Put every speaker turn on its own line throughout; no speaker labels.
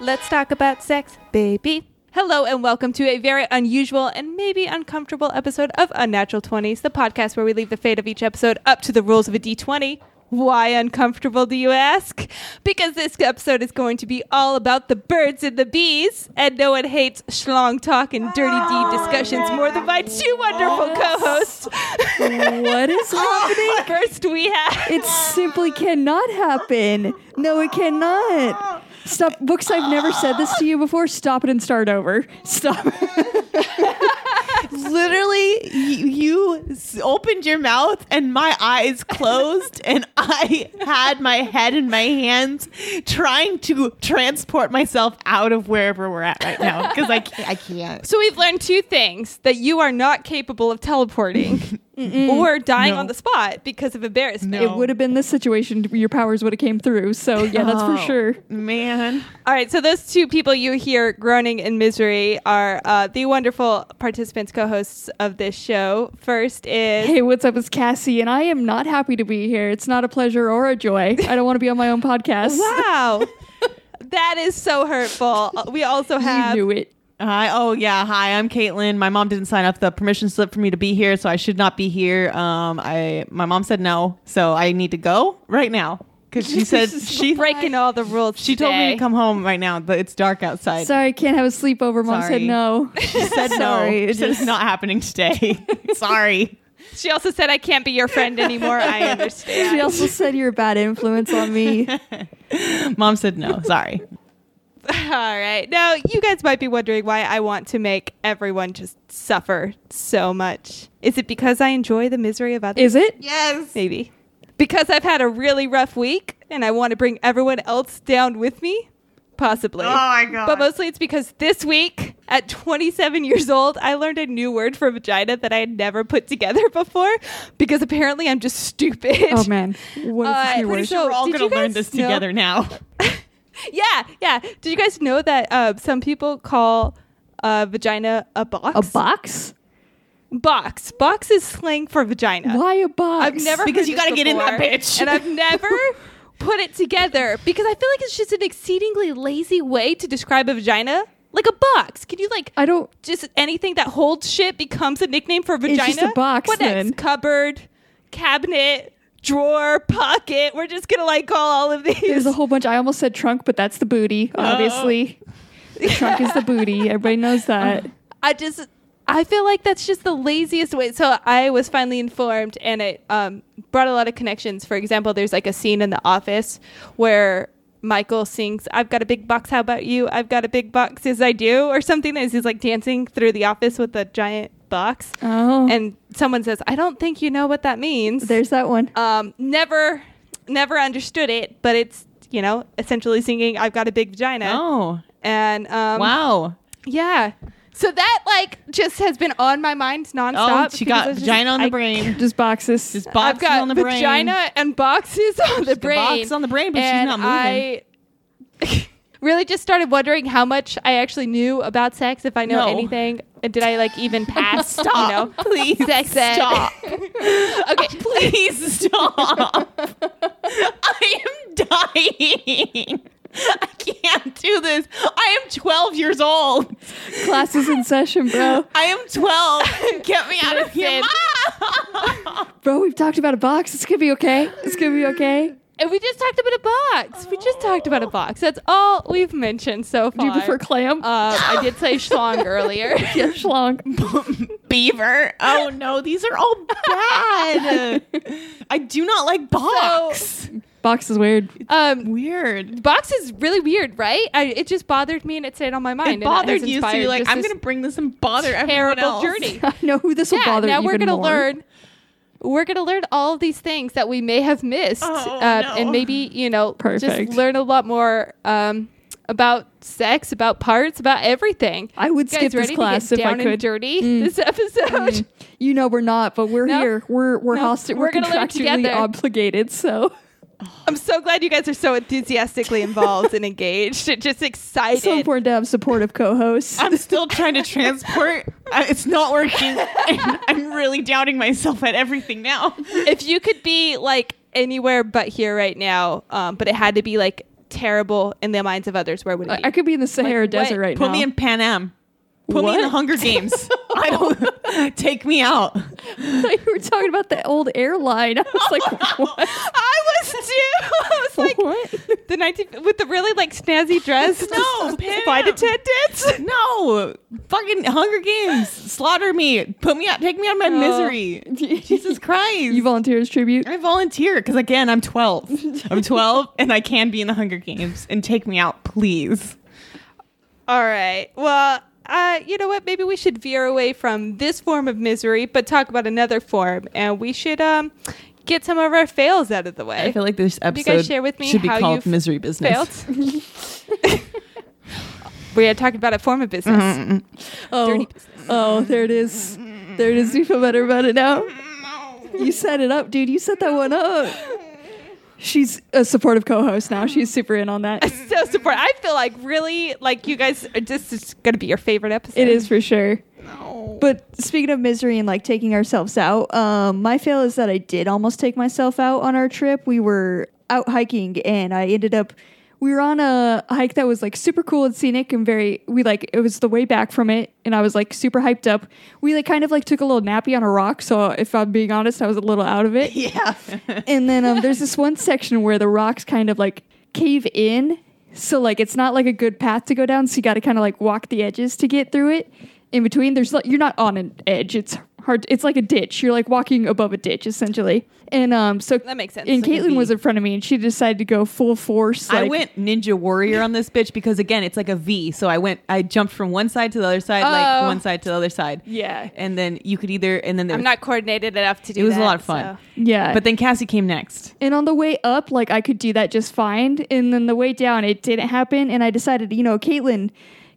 Let's talk about sex, baby. Hello, and welcome to a very unusual and maybe uncomfortable episode of Unnatural 20s, the podcast where we leave the fate of each episode up to the rules of a D20. Why uncomfortable, do you ask? Because this episode is going to be all about the birds and the bees, and no one hates schlong talk and dirty deed discussions more than my two wonderful co hosts.
What is happening?
First, we have.
It simply cannot happen. No, it cannot. Stop. Books, I've never said this to you before. Stop it and start over. Stop.
Literally, y- you s- opened your mouth and my eyes closed, and I had my head in my hands trying to transport myself out of wherever we're at right now because I can't. I can't.
So we've learned two things that you are not capable of teleporting or dying on the spot because of embarrassment.
It would have been this situation. Your powers would have came through. So yeah, that's
Oh.
for sure.
Man,
All right, so those two people you hear groaning in misery are uh, the wonderful participants, co-hosts of this show. First is
Hey, what's up? It's Cassie, and I am not happy to be here. It's not a pleasure or a joy. I don't want to be on my own podcast.
wow, that is so hurtful. Uh, We also
You
have
knew it.
Hi. Oh yeah. Hi. I'm Caitlin. My mom didn't sign up the permission slip for me to be here, so I should not be here. Um, I my mom said no, so I need to go right now because she said she
breaking all the rules.
she told me
today.
to come home right now, but it's dark outside.
Sorry, can't have a sleepover. Mom said
Sorry.
no.
She said
Sorry,
no.
it
She said it's not happening today. Sorry.
She also said I can't be your friend anymore. I understand.
She also said you're a bad influence on me.
Mom said no. Sorry.
All right. Now, you guys might be wondering why I want to make everyone just suffer so much. Is it because I enjoy the misery of others?
Is it?
Yes.
Maybe. Because I've had a really rough week and I want to bring everyone else down with me? Possibly.
Oh god.
But mostly it's because this week, at 27 years old, I learned a new word for vagina that I had never put together before because apparently I'm just stupid.
Oh man, what is
Uh,
this
pretty
new word?
sure-
we're all
Did
gonna
you
learn
guys
this
know-
together now.
Yeah, yeah. Did you guys know that uh, some people call uh, vagina a box?
A box?
box. Box is slang for vagina.
Why a box?
Uh, I've never
Because
heard
you
this
gotta get in that
before,
bitch.
and I've never put it together because I feel like it's just an exceedingly lazy way to describe a vagina, like a box. Can you like
I don't.
just anything that holds shit becomes a nickname for vagina?
just a box,
What
then.
next? Cupboard, cabinet, drawer, pocket. We're just gonna like call all of these.
There's a whole bunch. I almost said trunk, but that's the booty, obviously. The trunk is the booty. Everybody knows that.
I just I feel like that's just the laziest way. So I was finally informed, and it um, brought a lot of connections. For example, there's like a scene in The Office where Michael sings, "I've got a big box, how about you? I've got a big box, as I do," or something. As he's like dancing through the office with a giant box,
Oh, and
and someone says, "I don't think you know what that means."
there's that one.
um, never, never understood it, but it's you know essentially singing, "I've got a big vagina,"
Oh.
and um,
Wow.
yeah. So that like just has been on my mind nonstop.
Oh,
because I
she got
was just-
vagina on the
I-
brain.
Just boxes.
Just
I've
boxes
got
on the brain.
vagina and boxes on the
She's got
brain.
box on the brain, but she's
and
not moving.
I really just started wondering how much I actually knew about sex, if I know
No.
anything. And Did I like even pass? You know,
please
sex ed?
stop.
Okay.
please stop. I am dying. I can't do this. I am 12 years old.
Classes in session, bro.
I am 12. Get me out of here. Mom!
Bro, we've talked about a box. It's gonna be okay. It's gonna be okay.
And we just talked about a box. We just talked about a box. That's all we've mentioned so far.
Do you prefer clam?
Um, I did say schlong earlier.
yeah, schlong.
Beaver. Oh no, these are all bad. I do not like box.
Box is weird.
Um,
Weird.
box is really weird, right? I, it just bothered me and it stayed on my mind.
It bothered you, so
too.
you're like, I'm gonna bring this and bother everyone
terrible
else.
journey.
I know who this will
yeah,
bother
now we're
even
gonna
more.
learn. We're gonna learn all of these things that we may have missed, um,
Oh, no.
and maybe you know,
Perfect.
just learn a lot more um, about sex, about parts, about everything.
I would
You guys
skip this
ready
class
to
if
get
I
down and
could. Mm.
dirty this episode?
You know we're not, but we're
No?
here. We're we're
No.
hosted. We're,
We're gonna learn
contractually
together.
obligated. So
I'm so glad you guys are so enthusiastically involved and engaged. Just excited.
so important to have supportive co-hosts.
I'm still trying to transport. Uh, It's not working. And I'm really doubting myself at everything now.
if you could be like anywhere but here right now, um, but it had to be like terrible in the minds of others, where would it
Uh, I,
be?
I could be in the Sahara
Like, what?
Desert right
Put
Put
now.
me in Pan Am. Put me in the
What?
Hunger Games. I don't take me out.
I thought you were talking about the old airline. I was like, what?
I was too. I
Oh,
was like
What?
the 19 with the really like snazzy dress.
No, Pam.
by the tendons.
No, fucking Hunger Games. Slaughter me. Put me out. Take me out of my misery. Jesus Christ.
You volunteers tribute.
I volunteer because again, I'm 12. I'm 12 and I can be in the Hunger Games and take me out, please.
All right. Well, uh, you know what? Maybe we should veer away from this form of misery, but talk about another form, and we should um, get some of our fails out of the way.
I feel like this
guys
episode
share with me
should be
how
called
you've
Misery Business.
Failed. we are talking about a form of business.
Oh,
Dirty
oh, there it is. There it is. You feel better about it now. You set it up, dude. You set that one up. She's a supportive co-host now. She's super in on that.
So support. I feel like really like you guys are just it's gonna be your favorite episode.
It is for sure. But speaking of misery and like taking ourselves out, um, my fail is that I did almost take myself out on our trip. We were out hiking and I ended up. We were on a hike that was like super cool and scenic and very. We like it was the way back from it, and I was like super hyped up. We like kind of like took a little nappy on a rock, so if I'm being honest, I was a little out of it.
Yeah.
And then um, there's this one section where the rocks kind of like cave in. So like it's not like a good path to go down. So you got to kind of like walk the edges to get through it. In between, there's like, you're not on an edge. It's hard. It's like a ditch. You're like walking above a ditch essentially. And um, so
That makes sense.
And
Like a
Caitlin
V.
was in front of me, and she decided to go full force.
I
like-
went Ninja Warrior on this bitch because again, it's like a V. So I went, I jumped from one side to the other side,
Oh.
like one side to the other side.
Yeah.
And then you could either, and then there
I'm
was-
not coordinated enough to do.
it was a
that,
lot of fun.
so.
Yeah.
But then Cassie came next.
And on the way up, like I could do that just fine. And then the way down, it didn't happen. And I decided, you know, Caitlin,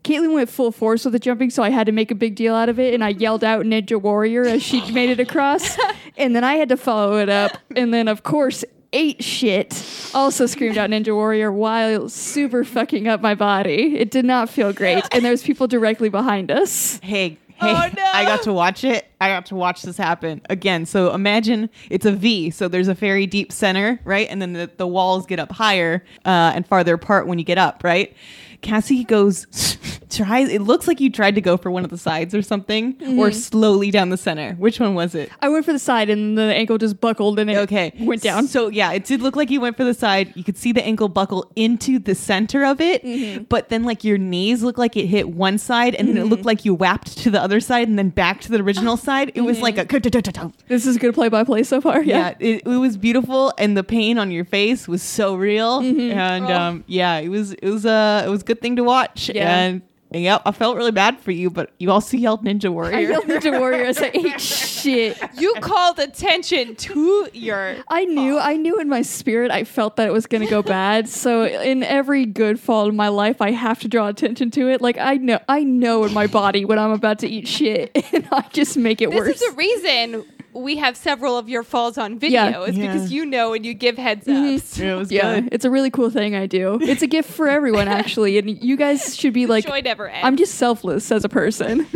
Caitlin went full force with the jumping, so I had to make a big deal out of it. And I yelled out Ninja Warrior as she made it across. And then I had to follow it up. And then, of course, ate shit. Also screamed out Ninja Warrior while super fucking up my body. It did not feel great. And there's people directly behind us.
Hey, hey,
Oh, no.
I got to watch it. I got to watch this happen again. So imagine it's a V. So there's a very deep center, right? And then the, the walls get up higher uh, and farther apart when you get up, right? Cassie goes, tries, it looks like you tried to go for one of the sides or something, or
Mm-hmm.
slowly down the center. Which one was it?
I went for the side and the ankle just buckled and it
Okay.
went down.
So yeah, it did look like you went for the side. You could see the ankle buckle into the center of it,
Mm-hmm.
but then like your knees looked like it hit one side, and then it
Mm-hmm.
looked like you whapped to the other side, and then back to the original side. It
Mm-hmm.
was like a
This is good play by play so far.
yeah. It, it was beautiful, and the pain on your face was so real,
Mm-hmm.
and um, yeah, it was it was a it was a good thing to watch,
Oh. Yeah.
and. Yeah, I felt really bad for you, but you also yelled Ninja Warrior.
I yelled Ninja Warrior as I ate shit.
You called attention to your
I knew, I knew in my spirit, I felt that it was going to go bad. So in every good fall in my life, I have to draw attention to it. Like I know, I know in my body when I'm about to eat shit, and I just make it
This
worse.
is the reason we have several of your falls on video.
Yeah.
It's
Yeah. Mm-hmm.
because you know and you give heads ups.
it was
Mm-hmm. yeah,
good.
it's a really cool thing I do. It's a gift for everyone, actually, and you guys should be like,
Joy never ends.
I'm just selfless as a person.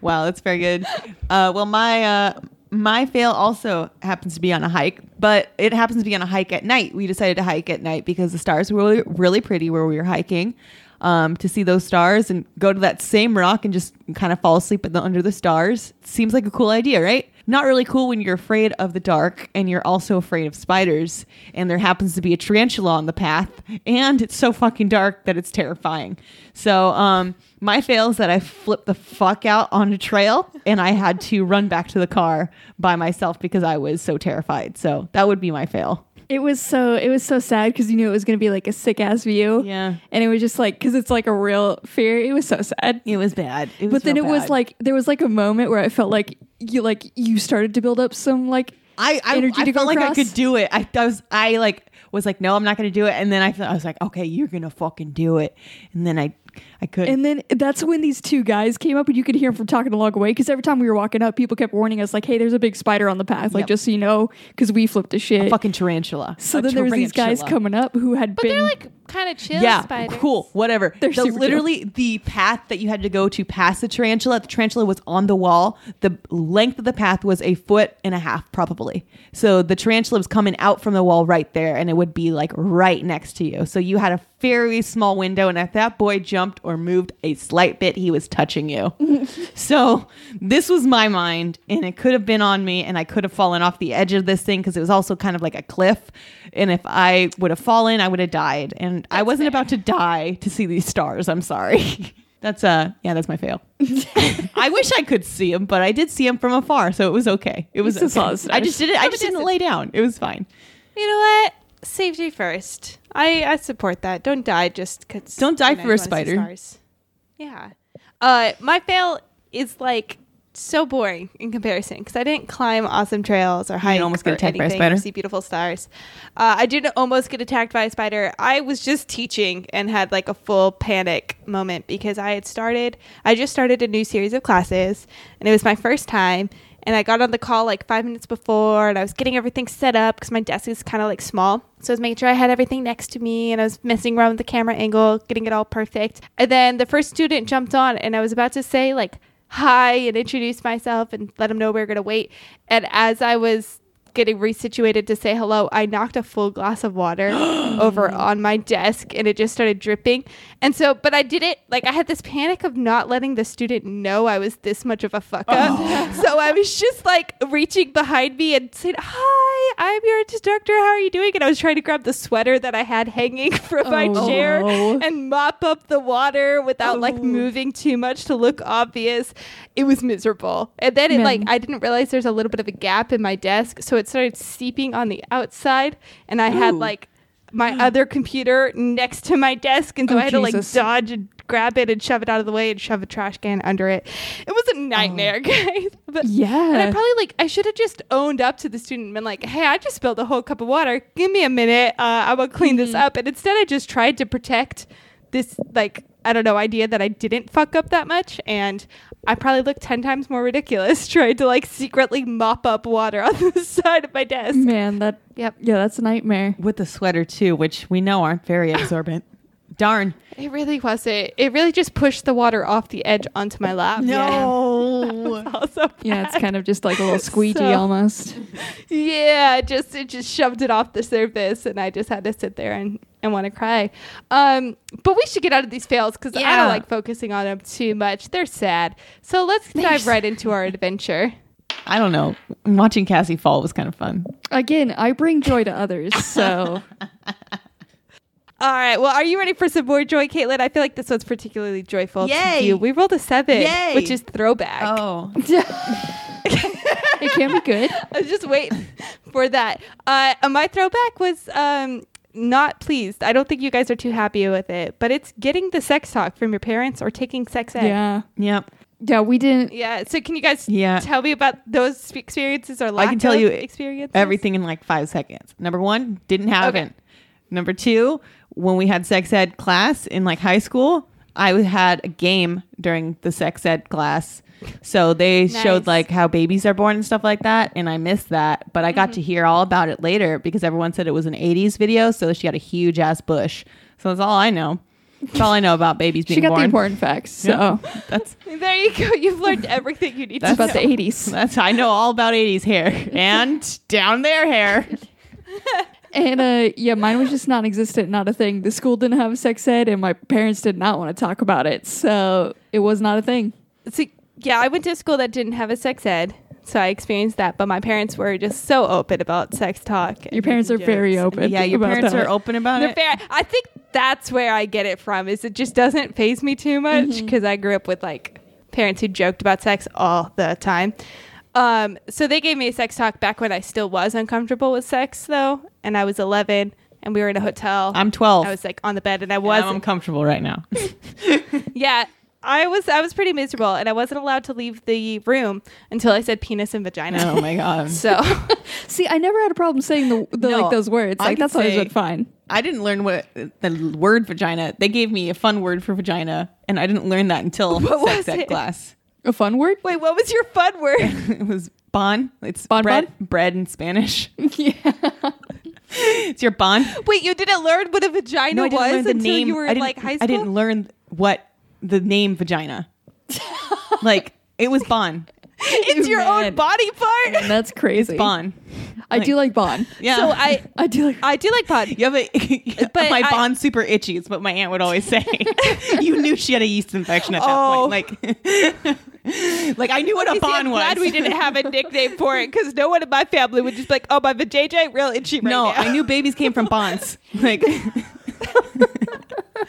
Wow, that's very good. Uh, well, my uh, my fail also happens to be on a hike, but it happens to be on a hike at night. We decided to hike at night because the stars were really, really pretty where we were hiking. Um, to see those stars and go to that same rock and just kind of fall asleep at the, under the stars seems like a cool idea, right? Not really cool when you're afraid of the dark and you're also afraid of spiders. And there happens to be a tarantula on the path, and it's so fucking dark that it's terrifying. So, um, my fail is that I flipped the fuck out on a trail and I had to run back to the car by myself because I was so terrified. So that would be my fail.
It was so it was so sad because you knew it was going to be like a sick ass view.
Yeah.
and it was just like because it's like a real fear. It was so sad.
It was bad. It was
but then it
real
was
bad.
like there was like a moment where I felt like you like you started to build up some like
I I,
energy
I
to go
felt like I
across.
could do it. I, I was I like was like no, I'm not going to do it. And then I felt, I was like okay, you're going to fucking do it. And then I I couldn't.
and then that's when these two guys came up and you could hear them from talking a long way because every time we were walking up people kept warning us like hey there's a big spider on the path like
Yep.
just so you know because we flipped a shit
fucking tarantula.
so
A
then there was these guys
tarantula.
coming up who had
but
been
they're like kind of chill
yeah,
spiders.
cool, whatever.
They're
the,
super chill.
literally the path that you had to go to pass the tarantula. The tarantula was on the wall. The length of the path was a foot and a half, probably. So the tarantula was coming out from the wall right there, and it would be like right next to you. So you had a very small window, and if that boy jumped or moved a slight bit, he was touching you. so this was my mind, and it could have been on me, and I could have fallen off the edge of this thing because it was also kind of like a cliff. And if I would have fallen, I would have died. And I wasn't about to die to see these stars. I'm sorry. That's uh yeah, that's my fail. I wish I could see him, but I did see him from afar, so it was okay. It was
still saw
okay.
the
I just
stars.
didn't I
From a
just didn't
distance.
lay down. It was fine.
You know what? Safety first. I I support that. Don't die just because.
Don't die for a spider.
Yeah. Uh, my fail is like so boring in comparison because I didn't climb awesome trails or hike
almost get
or
attacked by a
anything,
spider?
or see beautiful stars. Uh, I did almost get attacked by a spider. I was just teaching and had like a full panic moment because I had started. I just started a new series of classes and it was my first time. And I got on the call like five minutes before, and I was getting everything set up because my desk is kind of like small. So I was making sure I had everything next to me, and I was messing around with the camera angle, getting it all perfect. And then the first student jumped on, and I was about to say like hi and introduce myself and let them know we were going to wait. And as I was getting resituated to say hello, I knocked a full glass of water over on my desk and it just started dripping. And so, but I did it like I had this panic of not letting the student know I was this much of a fuck up.
Oh.
So I was just like reaching behind me and saying, Hi, I'm your instructor. How are you doing? And I was trying to grab the sweater that I had hanging from my
Oh,
chair
no.
and mop up the water without like
Oh.
moving too much to look obvious. It was miserable. And then it
Man.
like I didn't realize there's a little bit of a gap in my desk, so it started seeping on the outside and I had
Ooh.
like my other computer next to my desk and so
Oh,
I had
Jesus.
to like dodge and grab it and shove it out of the way and shove a trash can under it. It was
Oh.
a nightmare, guys. But and I
Yeah.
probably like I should have just owned up to the student and been like, "Hey, I just spilled a whole cup of water. Give me a minute. Uh, I will clean this
Mm-hmm.
up." And instead, I just tried to protect this like I don't know idea that I didn't fuck up that much, and I probably looked ten times more ridiculous trying to like secretly mop up water on the side of my desk.
Man, that
Yep,
yeah, that's a nightmare.
With the sweater too, which we know aren't very absorbent. Darn.
it really wasn't. It really just pushed the water off the edge onto my lap.
No.
Also
Yeah, it's kind of just like a little squeegee
So-
almost.
yeah it just it just shoved it off the surface and i just had to sit there and and want to cry um but we should get out of these fails because i
Yeah.
don't like focusing on them too much they're sad so let's dive right into our adventure
I don't know. Watching Cassie fall was kind of fun.
Again, I bring joy to others, so
all right well are you ready for some more joy caitlin i feel like this one's particularly joyful
Yay.
to you we rolled a seven
Yay.
which is throwback
Oh.
it can be good.
I was just waiting for that. Uh, uh, my throwback was um, not pleased. I don't think you guys are too happy with it, but it's getting the sex talk from your parents or taking sex ed.
Yeah.
Yep.
Yeah, we didn't
Yeah. So can you guys
Yeah.
tell me about those sp- experiences or lack
I can tell
of
you
experiences?
everything in like five seconds. Number one, didn't have
Okay.
it. Number two, when we had sex ed class in like high school, I had a game during the sex ed class. So they
Nice.
showed like how babies are born and stuff like that. And I missed that. But I got
Mm-hmm.
to hear all about it later because everyone said it was an 80s video. So she had a huge ass bush. So that's all I know. That's all I know about babies being
she got
born.
the important facts.
Yeah.
So
That's
There you go. You've learned everything you need
it's
to know.
about the 80s.
that's I know all about 80s hair and down there hair.
And uh yeah, mine was just non-existent, not a thing. The school didn't have sex ed and my parents did not want to talk about it. So it was not a thing.
so yeah, I went to a school that didn't have a sex ed, so I experienced that. But my parents were just so open about sex talk.
Your parents are very open.
Yeah, your
about
parents
that.
are open about
They're
it.
fair. I think that's where I get it from. Is it just doesn't phase me too much
Mm-hmm.
because I grew up with like parents who joked about sex all the time. Um, so they gave me a sex talk back when I still was uncomfortable with sex though, and I was 11, and we were in a hotel.
I'm 12.
I was like on the bed, and I
was
wasn't.
uncomfortable right now.
yeah, I was. I was pretty miserable, and I wasn't allowed to leave the room until I said penis and vagina.
oh my god.
So
See, I never had a problem saying the, the
No,
like those words.
I
Like
could
that's always
say-
been fine.
I didn't learn what the word vagina. They gave me a fun word for vagina, and I didn't learn that until
What
sex
was
ed
it?
class.
A fun word?
wait, what was your fun word?
it was bon. It's
Bon
bread, bread in Spanish.
yeah.
It's your bond.
Wait, you didn't learn what a vagina
I didn't
was
learn
until you were
I
in
didn't-
like high school?
I didn't learn what the name vagina. like it was Bon.
it's your own
Man.
body part.
And that's crazy.
Bon.
I do like Bond.
Yeah.
So I
I do like.
I do like pod.
You have a
But
my
I-
bond's super itchy. Is what my aunt would always say. you knew she had a yeast infection at that
Oh.
point. Like, like I knew what
You
a
see,
bond
I'm glad
was.
we didn't have a nickname for it because no one in my family would just be like, oh, my vajayjay real itchy right
no,
now.
I knew babies came from bonds. Like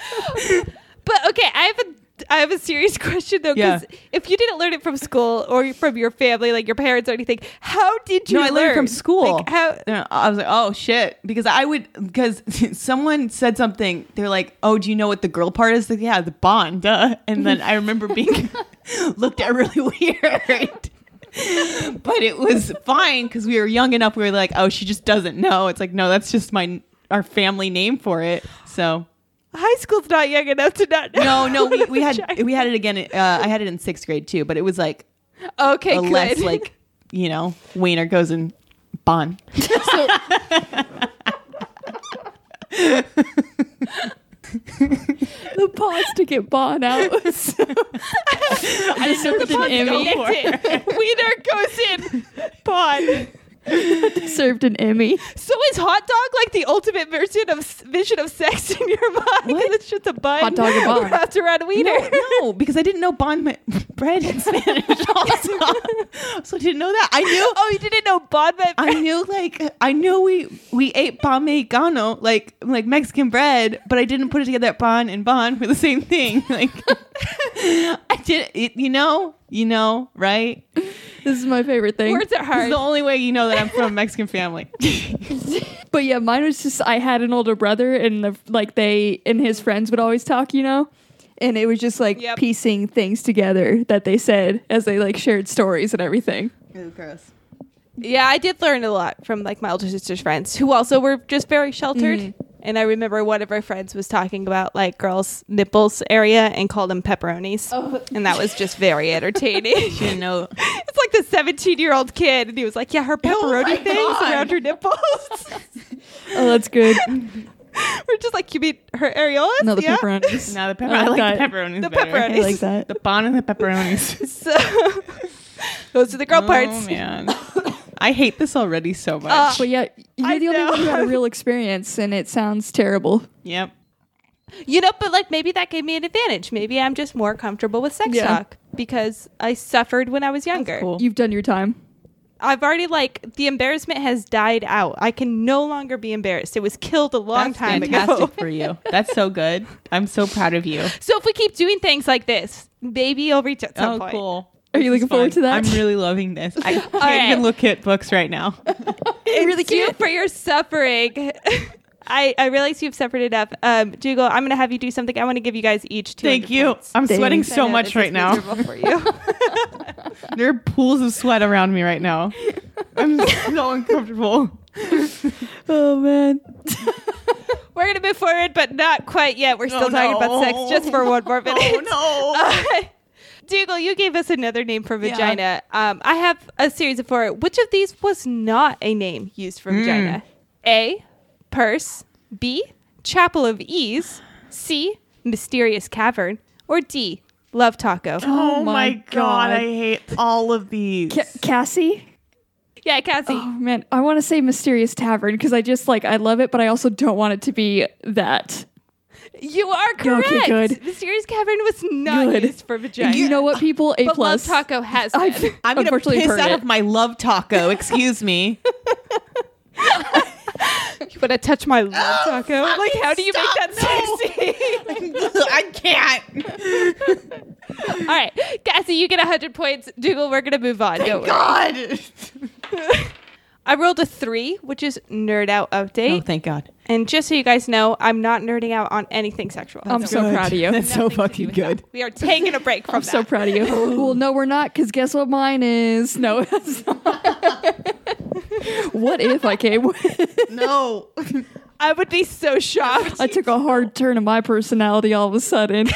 But okay, I have a I have a serious question though because
Yeah.
if you didn't learn it from school or from your family, like your parents or anything, how did you?
no, I learned
learn?
from school.
Like, how?
You know, I was like, oh shit, because I would because someone said something. They're like, oh, do you know what the girl part is? Like, yeah, the bond. Duh. And then I remember being looked at really weird. but it was fine because we were young enough. We were like, oh, she just doesn't know. It's like, no, that's just my our family name for it. So
High school's not young enough to not know.
no, no, we, we had
Vagina.
we had it again. Uh, I had it in sixth grade too, but it was like
Okay,
a
good.
less like you know wiener goes in bond.
So, the pause to get Bond out. So, I just served an Emmy.
That's it. Wiener goes in. Pod.
Served an Emmy.
So is hot dog like the ultimate version of vision of sex in your mind? Because it's just a bun.
Hot dog and bun.
wrapped around a wiener.
Oh, No, because I didn't know bond meant bread in Spanish. Also, so I didn't know that. I knew.
Oh, you didn't know bun meant
I knew like I knew we we ate pan mexicano like like Mexican bread, but I didn't put it together that pan and bond were the same thing. Like I did it, you know, you know, right?
This is my favorite thing.
words are
This is
hard.
the only way you know that I'm from a Mexican family.
But yeah, mine was just I had an older brother, and the, like they and his friends would always talk, you know, and it was just like
Yep.
piecing things together that they said as they like shared stories and everything.
gross.
Yeah, I did learn a lot from like my older sister's friends who also were just very sheltered.
Mm.
And I remember one of our friends was talking about like girls' nipples area and called them pepperonis.
Oh.
And that was just very entertaining. it's
Didn't know.
like the 17 year old kid. And he was like, Yeah, her pepperoni
my
things
God.
around her nipples.
Oh, that's good.
we're just like, You mean her areolas?
No, the
yeah.
pepperonis.
Now the pepper.
I
I like,
like that.
the pepperonis.
The
better.
pepperoni.
I like that.
The bond and the pepperonis.
So those are the girl
Oh
parts.
man, I hate this already so much.
Uh,
But yeah, you're
I
the only
know.
one who had a real experience, and it sounds terrible.
yep.
You know, but like maybe that gave me an advantage. Maybe I'm just more comfortable with sex
Yeah.
talk because I suffered when I was younger.
cool.
You've done your time.
I've already like the embarrassment has died out. I can no longer be embarrassed. It was killed a long
That's
time
fantastic
ago.
for you. That's so good. I'm so proud of you.
So if we keep doing things like this, maybe you'll reach at some
oh,
point.
cool.
Are you
This is
looking forward to
fun.
that?
I'm really loving this. I can't
right.
even look at books right now.
I really
It's you for your suffering. I, I realize you've suffered enough. Um, Dougal, I'm going to have you do something. I want to give you guys each two.
Thank you. I'm
Thanks.
sweating
I
so much right now.
For you.
There are pools of sweat around me right now. I'm so uncomfortable.
Oh man.
We're going to move forward, but not quite yet. We're still
Oh,
talking about
no.
sex just for one
Oh,
more minute.
Oh,
Uh,
no.
Dougal, you gave us another name for vagina. Um, I have a series of four. Which of these was not a name used for vagina? A. Purse. B. Chapel of Ease. C. Mysterious Cavern. Or D. Love Taco.
Oh,
Oh
my
my
god.
God.
I hate all of these.
Ca- Cassie.
Yeah, Cassie.
Oh man, I want to say Mysterious Tavern because I just like I love it, but I also don't want it to be that.
You are correct.
Okay, good.
Mysterious Cavern was not
Good.
used for vagina.
You know what, people? A
but
plus.
Love Taco has
I-
been.
I'm gonna
Unfortunately,
piss
heard
out
it.
of my love taco. Excuse me.
you want to touch my Love Taco?
fucking
Like, how do you
stop.
make that sexy?
I can't.
All right, Cassie, you get 100 points. Dougal, we're going to move on. Don't worry.
God.
I rolled a three, which is nerd out
Oh,
update.
thank God.
and just so you guys know, I'm not nerding out on anything sexual.
Oh,
I'm
That's
so
okay.
proud of you.
That's so
Nothing to do
fucking
with that.
good.
We are taking a break from
I'm
that.
so proud of you. well, no, we're not, because guess what mine is? No, it's not. what if I came with?
No.
I would be so shocked.
I took a hard turn of my personality all of a sudden.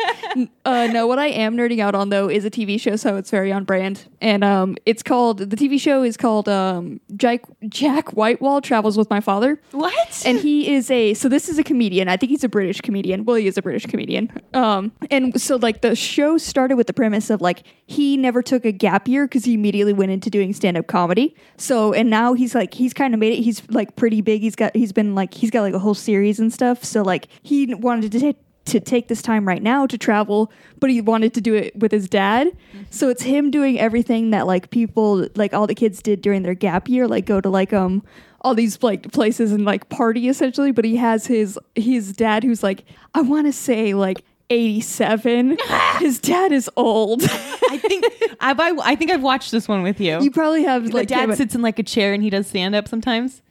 uh, no, what I am nerding out on though is a TV show, so it's very on brand. And um, it's called the TV show is called um, Jack Jack Whitewall travels with my father.
What?
And he is a so this is a comedian. I think he's a British comedian. Well, he is a British comedian. Um, and so like the show started with the premise of like he never took a gap year because he immediately went into doing stand up comedy. So and now he's like he's kind of made it. He's like pretty big. He's got he's been like he's got like a whole series and stuff. So like he wanted to take to take this time right now to travel, but he wanted to do it with his dad.
Mm-hmm.
So it's him doing everything that like people like all the kids did during their gap year, like go to like um all these like places and like party essentially, but he has his his dad who's like I want to say like 87. his dad is old.
I think I've, I, I think I've watched this one with you.
you probably have
the
like yeah,
dad
but
sits in like a chair and he does stand up sometimes.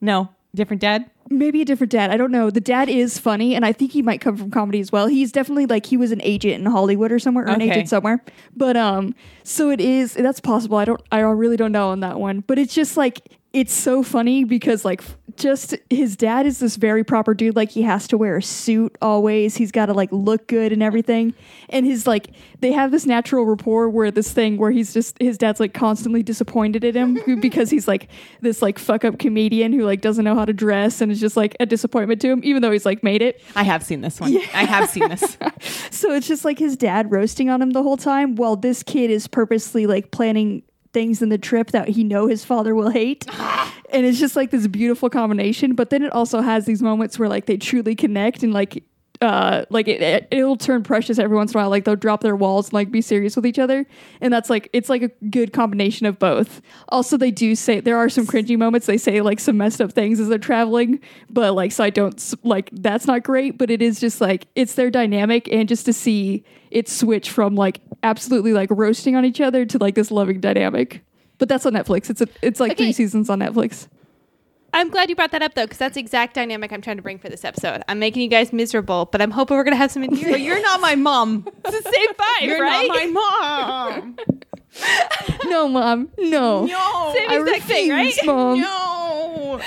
No, different dad.
maybe a different dad. I don't know. The dad is funny, and I think he might come from comedy as well. He's definitely like he was an agent in Hollywood or somewhere, or an
Okay.
agent somewhere. But um, so it is. That's possible. I don't. I really don't know on that one. But it's just like it's so funny because like f- just his dad is this very proper dude. Like he has to wear a suit always. He's got to like look good and everything. And his like they have this natural rapport where this thing where he's just his dad's like constantly disappointed at him because he's like this like fuck up comedian who like doesn't know how to dress and is just like a disappointment to him even though he's like made it.
I have seen this one. I have seen this.
So it's just like his dad roasting on him the whole time while this kid is purposely like planning things in the trip that he know his father will hate. and it's just like this beautiful combination, but then it also has these moments where like they truly connect and like uh like it, it it'll turn precious every once in a while like they'll drop their walls and like be serious with each other and that's like it's like a good combination of both also they do say there are some cringy moments they say like some messed up things as they're traveling but like so i don't s- like that's not great but it is just like it's their dynamic and just to see it switch from like absolutely like roasting on each other to like this loving dynamic but that's on netflix it's a, it's like
Okay.
three seasons on netflix
I'm glad you brought that up though, because that's the exact dynamic I'm trying to bring for this episode. I'm making you guys miserable, but I'm hoping we're gonna have some endearing.
you're not my mom.
it's the same vibe,
You're
right?
not my mom.
no mom no
No.
Same
I
exact thing,
refuse,
right?
Mom.
No.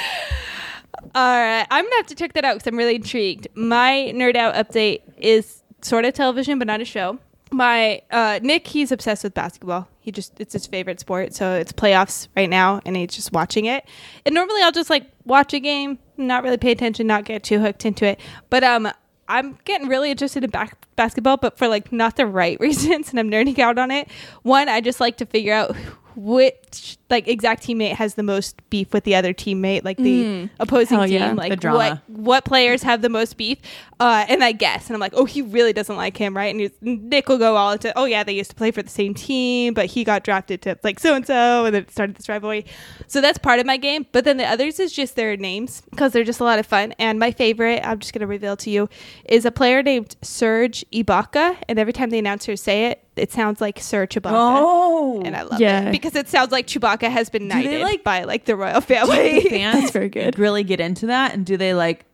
All right, I'm gonna have to check that out because I'm really intrigued. My nerd out update is sort of television, but not a show. My uh, Nick, he's obsessed with basketball. He just it's his favorite sport, so it's playoffs right now, and he's just watching it. And normally I'll just like watch a game, not really pay attention, not get too hooked into it. But um, I'm getting really interested in back- basketball, but for like not the right reasons, and I'm nerding out on it. One, I just like to figure out which like exact teammate has the most beef with the other teammate, like the opposing
Hell
team,
yeah,
like
Oh, the drama.
what what players have the most beef, uh, and I guess, and I'm like, oh, he really doesn't like him, right? And he's, Nick will go all into, oh yeah, they used to play for the same team, but he got drafted to like so and so, and then it started this rivalry. So that's part of my game, but then the others is just their names because they're just a lot of fun. And my favorite, I'm just gonna reveal to you, is a player named Serge Ibaka, and every time the announcers say it, it sounds like Sir Chewbacca.
Oh.
And I love
Yeah.
it because it sounds like Chewbacca has been
they,
knighted
like-
by like the royal
Do the
family.
fans
That's very good.
Really get into that, and do they like,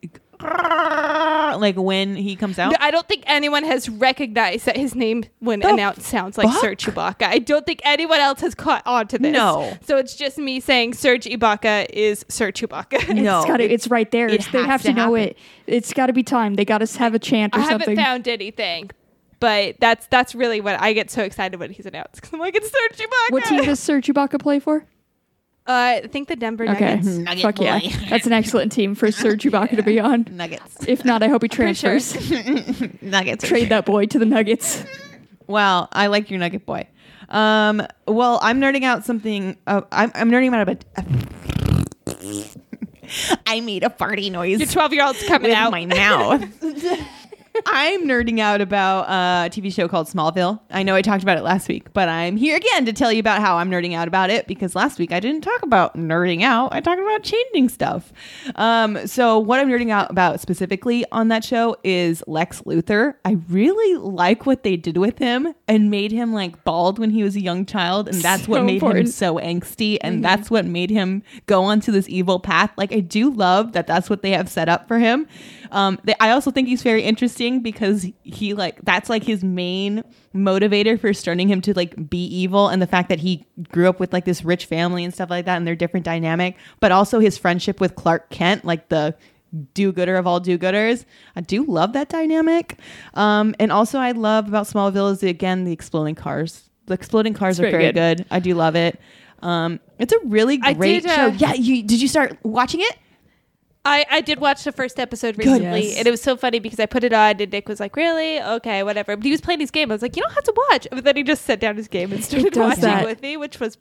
like when he comes out?
No, I don't think anyone has recognized that his name, when announced, sounds like Sir Chewbacca. I don't think anyone else has caught on to this.
No.
So it's just me saying Serge Ibaka is Sir Chewbacca.
No.
it's got to it's right there.
it
It's- they
has
have to,
to
know
happen.
it. It's got to be time. They got to have a chant or
I haven't
something.
found anything, but that's that's really what I get so excited when he's announced because I'm like, it's Sir Chewbacca.
what team does Sir Chewbacca play for?
Uh, I think the Denver
Okay, Hmm.
Nuggets.
Nugget
fuck yeah,
boy.
that's an excellent team for Sir Chewbacca to be on.
nuggets.
If not, I hope he
pretty sure.
transfers.
Nuggets.
Trade that boy to the Nuggets.
Well, I like your nugget boy. Um, well, I'm nerding out something. Uh, I'm, I'm nerding out about. I made a farty noise
Your 12 year old's coming
with
out.
my mouth. I'm nerding out about uh, a TV show called Smallville. I know I talked about it last week, but I'm here again to tell you about how I'm nerding out about it because last week I didn't talk about nerding out. I talked about changing stuff. Um, so, what I'm nerding out about specifically on that show is Lex Luthor. I really like what they did with him and made him like bald when he was a young child, and that's what
So
made him
important.
so angsty
Mm-hmm.
and that's what made him go onto this evil path like i do love that that's what they have set up for him um they, i also think he's very interesting because he like that's like his main motivator for starting him to like be evil and the fact that he grew up with like this rich family and stuff like that and their different dynamic but also his friendship with clark kent like the do-gooder of all do-gooders. I do love that dynamic, um, and also I love about Smallville is again the exploding cars. The exploding cars
It's
are
very
very good. I do love it. Um, it's a really
I
great
did,
show.
uh,
yeah, you did you start watching it?
I, I did watch the first episode recently,
Yes.
and it was so funny because I put it on, and Nick was like, "Really? Okay, whatever." But he was playing his game. I was like, "You don't have to watch." But then he just set down his game and started
does
watching
that.
with me, which was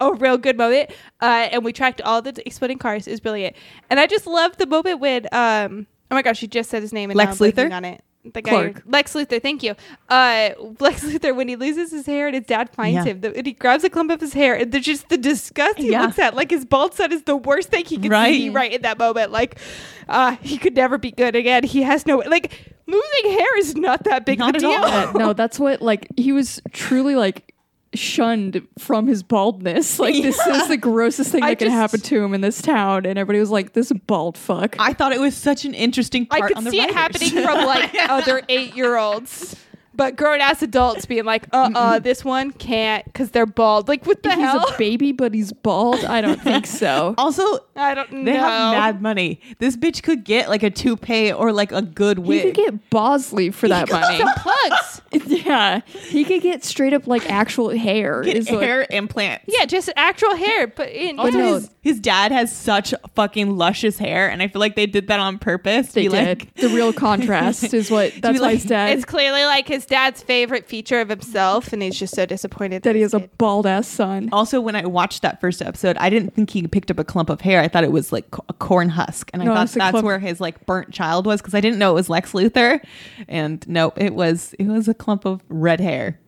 a real good moment. Uh, and we tracked all the exploding cars. It was brilliant, and I just loved the moment when um oh my gosh, you just said his name and now
Lex
I'm blanking
Luthor?
on it. The guy,
Clark.
Lex Luthor. Thank you, uh, Lex Luthor. When he loses his hair and his dad finds
Yeah.
him, the, and he grabs a clump of his hair, and there's just the disgust he
Yeah.
looks at. Like his bald son is the worst thing he could
Right.
see right in that moment. Like, uh, he could never be good again. He has no like losing hair is not that big
Not
of a
at
deal.
all.
Yeah, Uh, no, that's what like he was truly like shunned from his baldness. Like this is the grossest thing
I
that could
just-
happen to him in this town, and everybody was like, "This bald fuck."
I thought it was such an interesting part.
I could
on the
see it
writers.
happening from like other eight year olds. But grown ass adults being like, uh uh this one can't because they're bald. Like, what the
he's
hell?
a baby, but he's bald. I don't think so.
also,
I don't know.
They have mad money. This bitch could get like a toupee or like a good
he
wig.
could get Bosley for that money.
Some plugs.
yeah, he could get straight up like actual hair.
Get
is what-
hair implants.
Yeah, just actual hair. But in,
Oh,
you
no.
know,
His, his dad has such fucking luscious hair, and I feel like they did that on purpose. to
they
be
did.
like,
the real contrast is what. That's why
like,
his dad
it's clearly like his dad's favorite feature of himself, and he's just so disappointed
that he
his
has a
kid-
bald ass son.
Also, when I watched that first episode, I didn't think he picked up a clump of hair. I thought it was like co- a corn husk, and
No,
I thought
it's a
that's
clump-
where his like burnt child was because I didn't know it was Lex Luthor. And no, it was it was a clump of red hair.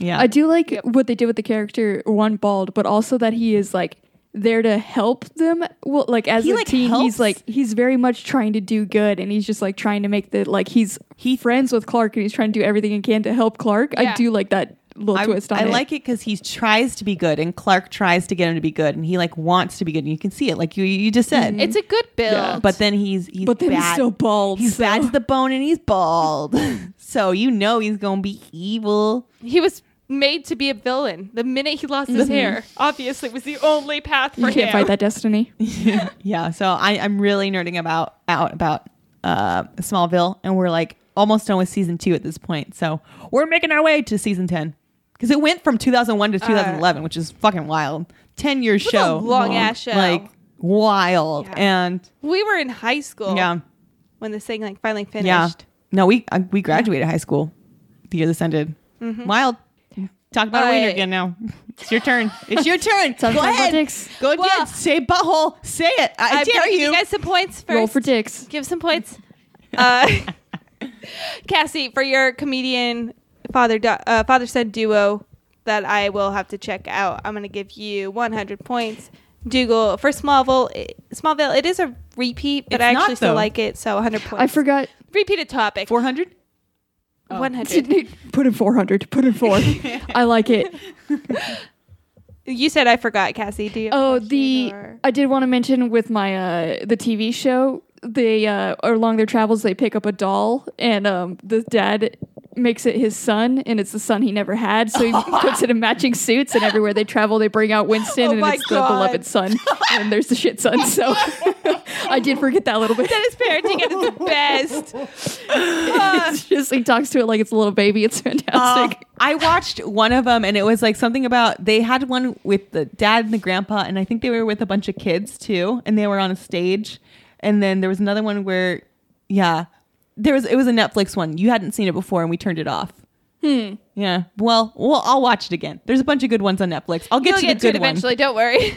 Yeah,
I do like what they did with the character one bald, but also that he is like there to help them. Well, like as
He,
a
like,
teen,
helps.
he's like he's very much trying to do good, and he's just like trying to make the like he's he friends with Clark, and he's trying to do everything he can to help Clark.
Yeah.
I do like that little
I,
twist on
I
it.
like it because he tries to be good, and Clark tries to get him to be good, and he like wants to be good, and you can see it, like you you just said.
It's a good build.
but then he's he's
Mm-hmm. but then
bad.
he's still bald.
He's
so-
bad to the bone, and he's bald. so you know he's gonna be evil.
he was made to be a villain the minute he lost his hair. Obviously, was the only path for
You can't
him.
fight that destiny.
yeah so I, i'm really nerding about out about uh smallville and we're like almost done with season two at this point so we're making our way to season 10 because it went from 2001 to 2011 which is fucking wild 10 year
a
show
long-ass show.
like wild
Yeah.
and
We were in high school
yeah
when this thing like finally finished.
yeah no we uh, we graduated high school the year this ended
Mm-hmm.
wild Talk about a wiener
Uh,
again now. It's your turn. It's your turn. Go
about
ahead.
dicks.
Go ahead.
Well,
say butthole. Say it. I,
I
dare
give
you.
you guys some points first.
Roll for dicks.
Give some points. Uh, Cassie, for your comedian father do- uh, father son duo that I will have to check out, I'm going to give you 100 points. Dougal for Smallville, it, Smallville, it is a repeat, but
It's
I
not,
actually still
though.
like it, so 100 points.
I forgot.
Repeated topic.
400?
100.
Put in 400. Put in four. I like it.
You said I forgot, Cassie. Do you? have a
Oh,
question
the
or-
I did want to mention with my uh the TV show they uh along their travels they pick up a doll and um the dad makes it his son and it's the son he never had so he puts it in matching suits and everywhere they travel they bring out Winston
Oh
and
my
it's
God.
the beloved son and there's the shit son so I did forget that a little bit
that is parenting at its best. Uh,
it's just he talks to it like it's a little baby it's fantastic
Oh, I watched one of them and it was like something about they had one with the dad and the grandpa and I think they were with a bunch of kids too and they were on a stage and then there was another one where yeah there was it was a Netflix one you hadn't seen it before and we turned it off. Hmm. Yeah. Well, well, I'll watch it again. There's a bunch of good ones on Netflix. I'll get
You'll
to
get
the
to it
good one.
eventually. Don't worry.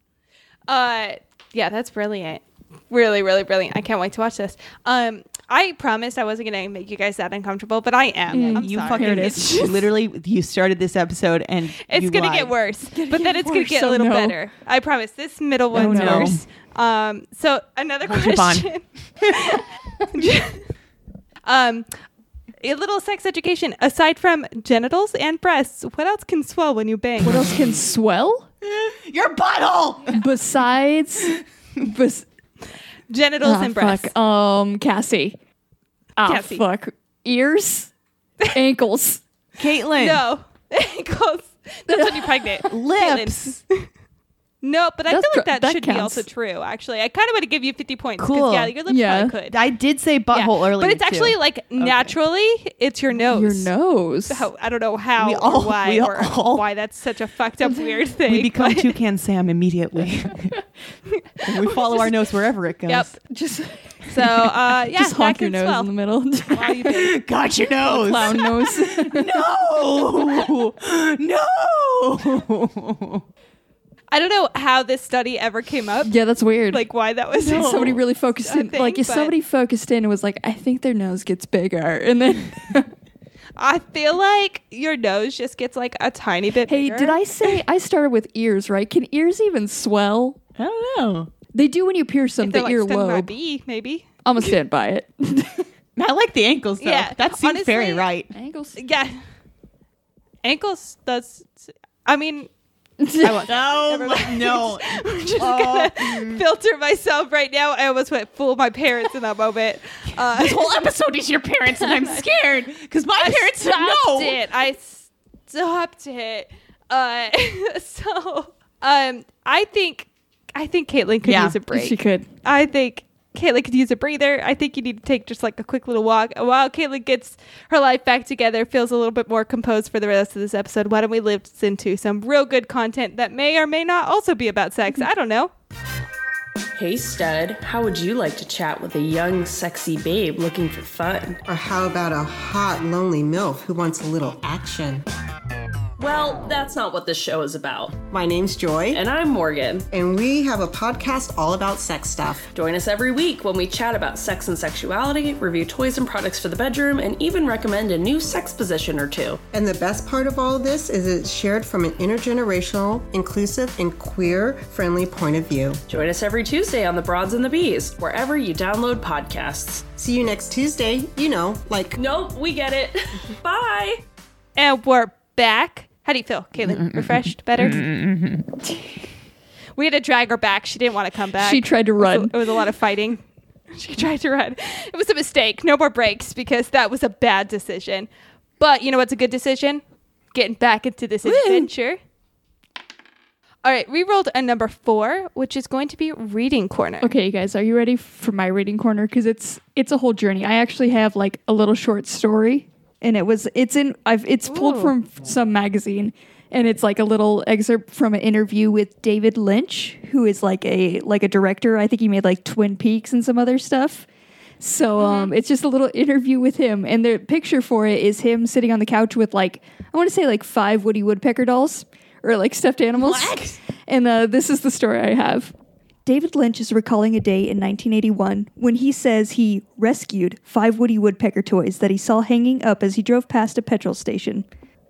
uh, yeah, that's brilliant. Really, really brilliant. I can't wait to watch this. Um, I promised I wasn't going to make you guys that uncomfortable, but I am. I'm
You
sorry.
fucking
Here it
it's
is.
literally you started this episode and
It's
you
going to
lied.
get worse, but then it's going to
worse.
get a
Oh,
little
no.
better. I promise. This middle one's
no.
worse. Um, so another
Hold your bond.
question. um, a little sex education aside from genitals and breasts. What else can swell when you bang?
what else can swell
Your butthole.
besides bes-
genitals
Ah,
and breasts.
Fuck. Um, Cassie. Ah,
Cassie.
fuck. Ears, ankles, Oh,
Caitlin.
No. Ankles. That's when you're pregnant.
Lips.
No, but I
That's
feel like
tr-
that,
that
should be
counts.
also true. Actually, I kind of want to give you fifty points. 'cause,
Cool.
Yeah, your lips
Yeah.
probably could.
I did say
Yeah.
butthole earlier.
but it's actually like naturally, it's your nose.
Your nose.
How, I don't know how
We all-
or why
we
or
all-
why that's such a fucked up weird thing.
we become
but-
toucan Sam immediately. and we follow our nose wherever it goes.
Yep.
Just,
So uh, yeah,
just honk
that
your
can
nose
swell.
in the middle.
Wow, you did.
Got your nose.
Clown nose.
No, no.
I don't know how this study ever came up.
yeah, that's weird.
Like why that was
If somebody really focused
I
in.
think,
like if
but-
somebody focused in and was like, I think their nose gets bigger, and then.
I feel like your nose just gets like a tiny bit.
hey,
bigger.
did I say I started with ears? Right? Can ears even swell?
I don't know.
They do when you pierce them.
If they're,
The
like,
ear
stuck in my
lobe.
bee, maybe.
I'm gonna stand by it.
I like the ankles though.
Yeah,
that seems very
honestly-
right.
Ankles.
Yeah. Ankles. That's. I mean, I won't.
No,
Never mind.
no.
I'm just
Oh,
gonna filter myself right now. I almost went fool my parents in that moment. Uh,
this whole episode is your parents, and I'm scared because my parents
stopped
know.
it. I stopped it. Uh, so, um, I think, I think Caitlin could
Yeah,
use a break.
She could.
I think Caitlin could use a breather. I think you need to take just like a quick little walk. While Caitlin gets her life back together, feels a little bit more composed for the rest of this episode, why don't we listen to some real good content that may or may not also be about sex? I don't know.
Hey, stud, how would you like to chat with a young, sexy babe looking for fun?
Or Uh, how about a hot, lonely MILF who wants a little action?
Well, that's not what this show is about.
My name's Joy,
And I'm Morgan.
and we have a podcast all about sex stuff.
Join us every week when we chat about sex and sexuality, review toys and products for the bedroom, and even recommend a new sex position or two.
And the best part of all this is it's shared from an intergenerational, inclusive, and queer friendly point of view.
Join us every Tuesday on The Broads and the Bees, wherever you download podcasts.
See you next Tuesday, you know, like
Nope, we get it. Bye.
And we're back. How do you feel, Caitlin? Refreshed? Better? we had to drag her back. She didn't want to come back.
She tried to run.
It was a lot of fighting. She tried to run. It was a mistake. No more breaks because that was a bad decision. But you know what's a good decision? Getting back into this adventure. All right, we rolled a number four, which is going to be reading corner.
Okay, you guys, are you ready for my reading corner? Because it's it's a whole journey. I actually have like a little short story, and it was it's in I've it's pulled from f- some magazine, and it's like a little excerpt from an interview with David Lynch, who is like a like a director. I think he made like Twin Peaks and some other stuff. So um, it's just a little interview with him, and the picture for it is him sitting on the couch with like I want to say like five Woody Woodpecker dolls or like stuffed animals. And uh, this is the story I have. David Lynch is recalling a day in 1981 when he says he rescued five Woody Woodpecker toys that he saw hanging up as he drove past a petrol station.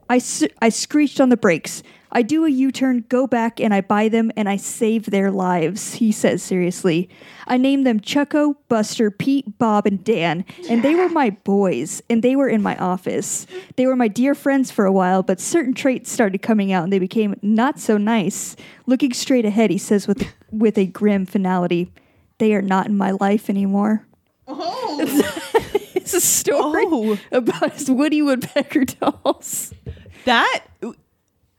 I, s- I screeched on the brakes. I do a U turn, go back, and I buy them and I save their lives, he says seriously. I named them Chucko, Buster, Pete, Bob, and Dan, and they were my boys, and they were in my office. They were my dear friends for a while, but certain traits started coming out and they became not so nice. Looking straight ahead, he says with, with a grim finality, They are not in my life anymore. Oh. it's a story
Oh.
about his Woody Woodpecker dolls.
That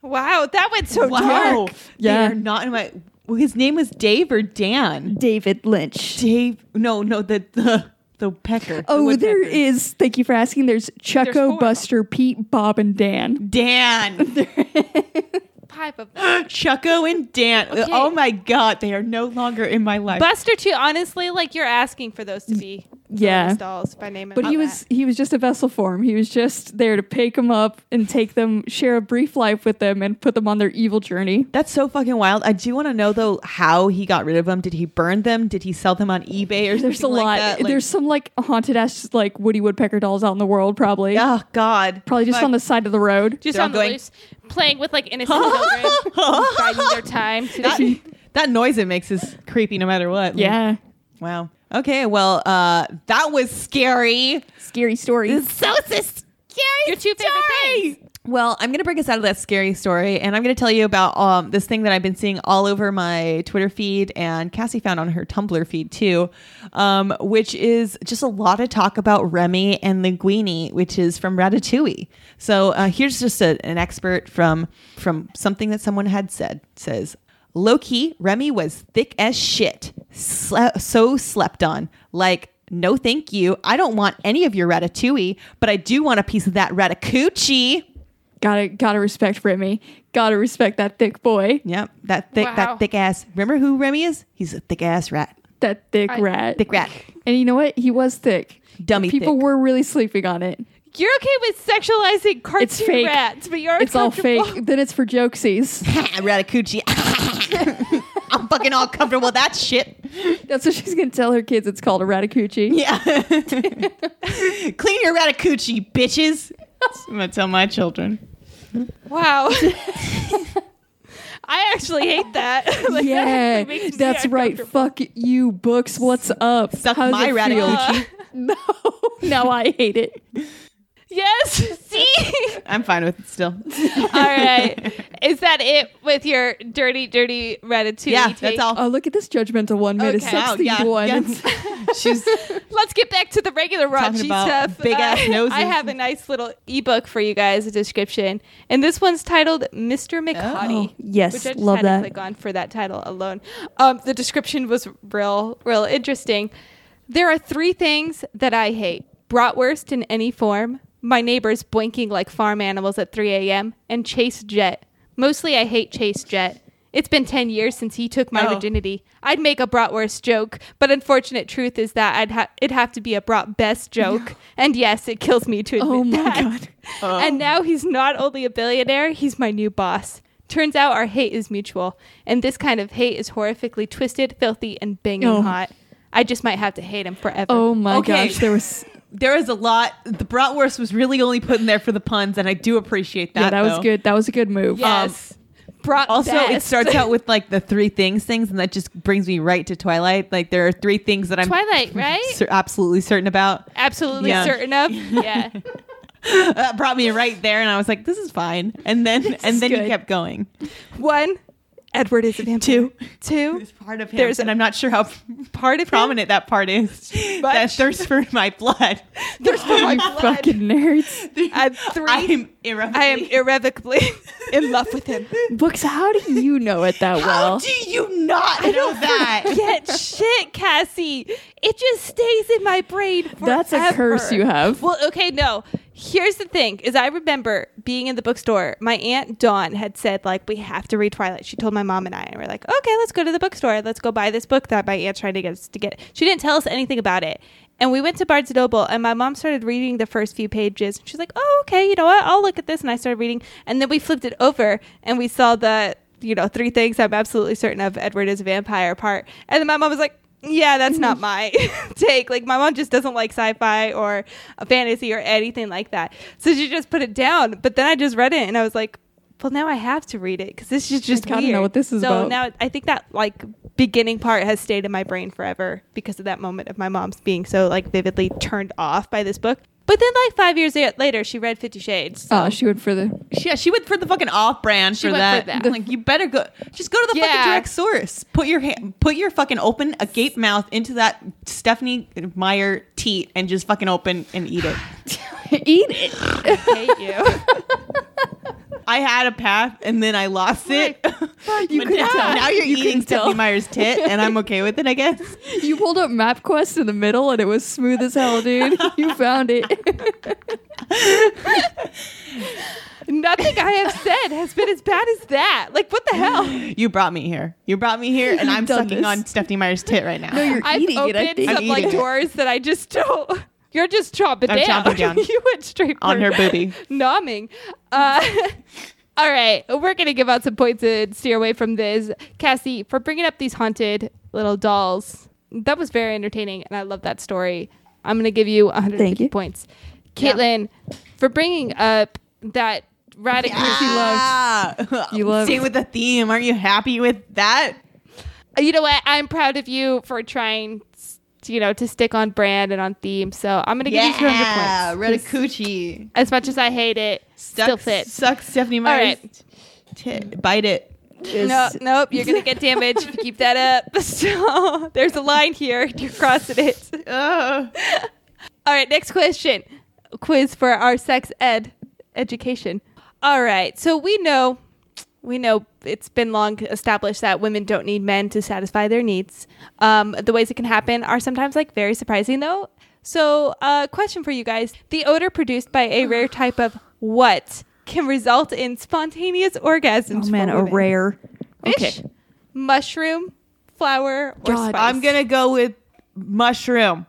Wow, that went so
wow.
dark.
Yeah.
They are not in my. Well, his name was Dave or Dan.
David Lynch.
Dave. No, no. The the the pecker.
Oh,
the
there
woodpecker.
is. Thank you for asking. There's Chucko,
There's four.
Buster, Pete, Bob, and Dan.
Dan,
Five of them.
Chucko, and Dan. Oh my God, they are no longer in my life.
Buster too. Honestly, like you're asking for those to be
Yeah.
bonus dolls by name.
But he was he was just a vessel for him. He was just there to pick them up and take them, share a brief life with them, and put them on their evil journey.
That's so fucking wild. I do want to know though how he got rid of them. Did he burn them? Did he sell them on eBay or
There's a
something like
lot.
that? Like-
There's some like haunted ass like Woody Woodpecker dolls out in the world, probably.
oh God,
Probably just
Fuck.
on the side of the road.
just
They're
on the
going-
loose, playing with like innocent children, biding their time. to-
that, that noise it makes is creepy no matter what. Like,
Yeah.
wow. Okay. Well, uh, that was scary.
Scary story.
So scary.
Your two favorite things.
Well, I'm going to bring us out of that scary story, and I'm going to tell you about um, this thing that I've been seeing all over my Twitter feed, and Cassie found on her Tumblr feed too, um, which is just a lot of talk about Remy and Linguini, which is from Ratatouille. So uh, here's just a, an expert from from something that someone had said. It says Low key, Remy was thick as shit. Sle- so slept on. Like, no thank you. I don't want any of your ratatouille, but I do want a piece of that ratatouille.
Gotta gotta respect Remy. Gotta respect that thick boy.
Yep, that thick,
Wow.
that thick ass. Remember who Remy is? He's a thick ass rat.
That thick rat.
Thick rat.
And you know what? He was thick.
Dummy
People
thick.
were really sleeping on it.
You're okay with sexualizing cartoon
It's fake.
rats, but you're
It's all
uncomfortable-
fake. Then it's for jokesies.
Ratatouille. I'm fucking all comfortable with that shit.
That's what she's gonna tell her kids. It's called a ratacucci.
Yeah. Clean your ratatouille, bitches. I'm gonna tell my children.
Wow. I actually hate that. Like, that
Yeah,
makes me
that's right.
uncomfortable.
Fuck you, books. What's up?
Suck
How does
my
it feel?
ratatouille.
No, no, I hate it.
Yes. See.
I'm fine with it still.
all right. Is that it with your dirty, dirty ratatouille?
Yeah,
take?
that's all. Oh,
Oh, look at this judgmental one made a
Okay.
sex
Wow,
themed one.
She's
Let's get back to the regular raunchy
about
stuff.
big ass noses.
I have a nice little ebook for you guys, a description, and this one's titled "Mr.
Oh,
McHottie."
yes,
which I just
love
had
that.
to click on for that title alone. Um, the description was real, real interesting. There are three things that I hate: bratwurst in any form, my neighbors boinking like farm animals at 3 a.m., and Chase Jet. Mostly, I hate Chase Jet. It's been 10 years since he took my
Oh.
virginity. I'd make a bratwurst joke, but unfortunate truth is that I'd ha- it'd have to be a brat best joke. and yes, it kills me to admit
Oh my
that.
God.
And now he's not only a billionaire, he's my new boss. Turns out our hate is mutual, and this kind of hate is horrifically twisted, filthy, and banging
Oh.
hot. I just might have to hate him forever.
Oh my
Okay.
gosh, there was
there is a lot. The bratwurst was really only put in there for the puns, and I do appreciate that.
yeah, that was
though. Um,
good. That was a good move.
yes. Brought
Also, it
best.
starts out with like the three things things, and that just brings me right to Twilight. Like there are three things that I'm
Twilight, right?
cer- absolutely certain about.
Absolutely
Yeah.
certain of. Yeah.
That brought me right there, and I was like, "This is fine." And then, and
is
then you
good.
kept going.
One, Edward is a vampire.
Two.
Two,
part of him,
There's-
and I'm not sure how
part of him.
prominent that part is. that thirst for my blood.
There's for my blood.
Um, Fucking nerds.
At three,
I
I am
am irrevocably.
irrevocably in love with him.
Books, how do you know it that
How
well?
do you not know that?
Get shit, Cassie. It just stays in my brain.
That's a
forever.
curse you have.
Well, okay, no. Here's the thing: is I remember being in the bookstore. My aunt Dawn had said like we have to read Twilight. She told my mom and I, and we're like, okay, let's go to the bookstore. Let's go buy this book that my aunt tried to get us to get. She didn't tell us anything about it. And we went to Barnes and Noble, and my mom started reading the first few pages. She's like, "Oh, okay, you know what? I'll look at this." And I started reading, and then we flipped it over, and we saw the you know three things I'm absolutely certain of: Edward is a vampire part. And then my mom was like, yeah, that's not my take. Like my mom just doesn't like sci-fi or fantasy or anything like that. So she just put it down. But then I just read it and I was like, well, now I have to read it because this is just
kinda
weird.
know what this is
so
about.
now I think that like beginning part has stayed in my brain forever because of that moment of my mom's being so like vividly turned off by this book. But then like five years a- later, she read Fifty Shades. So.
Oh, she went for the
Yeah, she went for the fucking off brand for,
went for
that.
that.
Like you better go just go to the
Yeah.
fucking direct source. Put your hand put your fucking open agape mouth into that Stephanie Meyer teat and just fucking open and eat it.
eat it.
hate you.
I had a path and then I lost it.
You
But
could
now,
tell.
now you're
You could
eating
tell.
Stephanie Meyer's tit and I'm okay with it, I guess.
You pulled up MapQuest in the middle and it was smooth as hell, dude. You found it.
Nothing I have said has been as bad as that. Like what the hell?
You brought me here. You brought me here and I'm
done
sucking
this.
on Stephanie Meyer's tit right now.
You're
I've
eating
opened
it, I think.
some
I'm
like
eating it.
doors that I just don't. You're just chomping
I'm
down.
chomping down.
you went straight
on
for
her
it.
booty.
nomming. Uh, all right, we're gonna give out some points and steer away from this. Cassie, for bringing up these haunted little dolls, that was very entertaining, and I love that story. I'm gonna give you 150
you.
points. Caitlin, for bringing up that radical.
Ah,
You loved.
Staying with the theme. Aren't you happy with that?
You know what? I'm proud of you for trying, s- you know, to stick on brand and on theme. So I'm gonna give you 200 points.
Reticucci.
As much as I hate it, still fits.
Suck Stephanie Meyer's tit. Bite it.
No, nope, you're gonna get damaged if you keep that up. So there's a line here. You're crossing it. All right, next question. Quiz for our sex ed education. All right, so we know we know it's been long established that women don't need men to satisfy their needs. Um, the ways it can happen are sometimes like very surprising, though. So, uh, question for you guys: The odor produced by a rare type of what can result in spontaneous orgasms?
Oh man,
for
a
women?
rare.
Fish, mushroom, flour, or
God.
spice.
I'm gonna go with mushroom.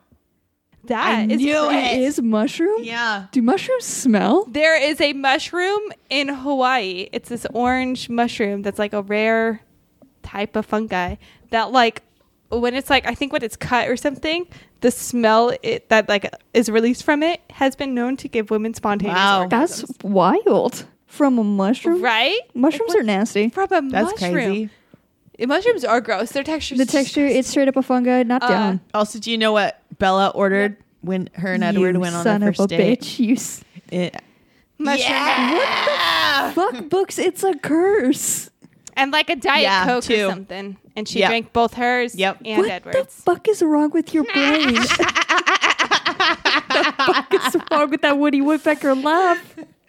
That is
knew
correct.
It is mushroom.
Yeah.
Do mushrooms smell?
There is a mushroom in Hawaii. It's this orange mushroom that's like a rare type of fungi that like when it's like I think when it's cut or something, the smell it that like is released from it has been known to give women spontaneous
Wow.
orgasms.
That's wild. From a mushroom.
Right?
Mushrooms are nasty.
From a
That's
mushroom.
crazy.
Mushrooms are gross. Their texture
The texture, it's straight up a fungi, not
Uh,
down.
Also, do you know what Bella ordered when her and Edward
you
went on
son
their first
of a
date?
bitch. You s-
It-
mushrooms
yeah.
fuck books. It's a curse.
and like a diet
Yeah,
coke
two.
or something. And she
Yep.
drank both hers
Yep.
and
what the
Edward's.
fuck is wrong with your brain? the fuck is wrong with that Woody Woodpecker laugh?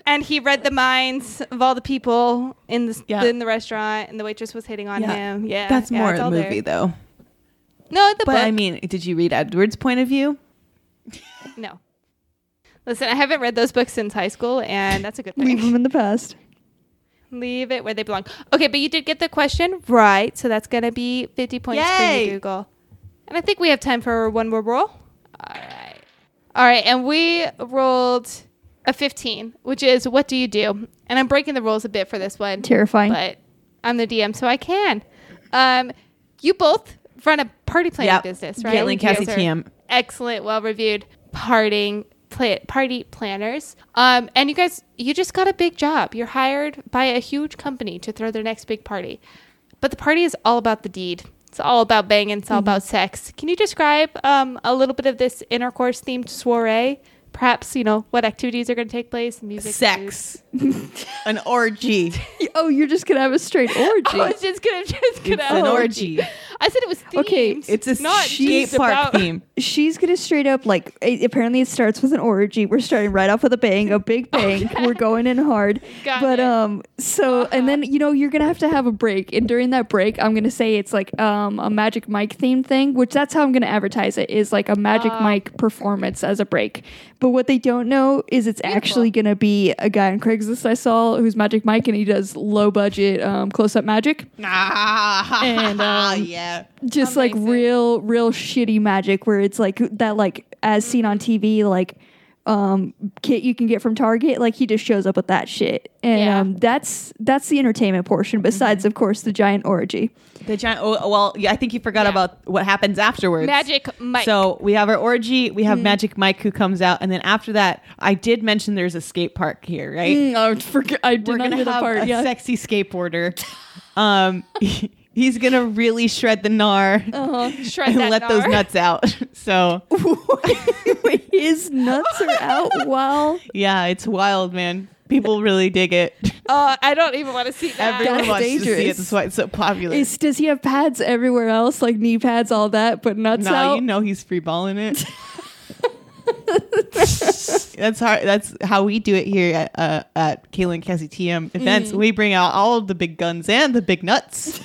and he read the minds of all the people in the
Yeah.
in the restaurant, and the waitress was hitting on
Yeah.
him. Yeah,
That's
yeah,
more
it's
a
all
movie,
there.
though.
No, the
But
book.
I mean, did you read Edward's point of view?
no. Listen, I haven't read those books since high school, and that's a good
Leave
thing.
them in the past.
Leave it where they belong. Okay, but you did get the question right, so that's gonna be fifty points for
Yay!
you, Google. And I think we have time for one more roll. All right, all right, and we rolled a fifteen, which is what do you do? And I'm breaking the rules a bit for this one.
Terrifying.
but I'm the DM, so I can. Um, you both run a party planning
Yep.
business, right?
Caitlin,
You guys
Cassie,
are
TM.
Excellent, well reviewed partying pla party planners. Um, and you guys, you just got a big job. You're hired by a huge company to throw their next big party, but the party is all about the deed. It's all about banging. It's all
Mm-hmm.
about sex. Can you describe um, a little bit of this intercourse themed soiree? Perhaps you know what activities are going to take place. Music, food.
Sex. An orgy.
Oh, you're just gonna have a straight
Oh,
orgy.
I was just gonna just gonna
an orgy.
I said it was themed.
Okay,
It's a
not
skate
just
park
about-
theme.
She's gonna straight up like. a- apparently, it starts with an orgy. We're starting right off with a bang, a big bang. We're going in hard.
Got
but
it.
um, so and then you know you're gonna have to have a break, and during that break, I'm gonna say it's like um a Magic Mike themed thing, which that's how I'm gonna advertise it is like a Magic
Ah.
Mike performance as a break. But what they don't know is it's actually gonna be a guy on Craigslist I saw who's Magic Mike, and he does low budget um close up magic.
Ah,
And, um,
yeah.
just like real real shitty magic where it's like that like as seen on tv like um kit you can get from target like he just shows up with that shit and
Yeah.
um that's that's the entertainment portion besides of course the giant orgy
The giant. Oh, well, yeah, I think you forgot
Yeah.
about what happens afterwards.
Magic Mike. Mm-hmm.
So we have our orgy. We have Magic Mike who comes out, and then after that, I did mention there's a skate park here, right?
Mm.
Mm, i forgot i did
We're
not
gonna
hear
have
the part
a
yeah
sexy skateboarder. um, he's gonna really shred the gnar
Uh-huh. Shred
and
that
let those
gnar.
nuts out. so
his nuts are out while
yeah, it's wild, man. People really dig it.
Uh, I don't even want to see that.
Everyone
That's
wants to see it.
dangerous.
That's why it's so popular.
is does he have pads everywhere else like knee pads all that but nuts
No,
out
you know he's free balling it. that's how that's how we do it here at uh, at Kayla and Cassie TM events.
Mm.
We bring out all of the big guns and the big nuts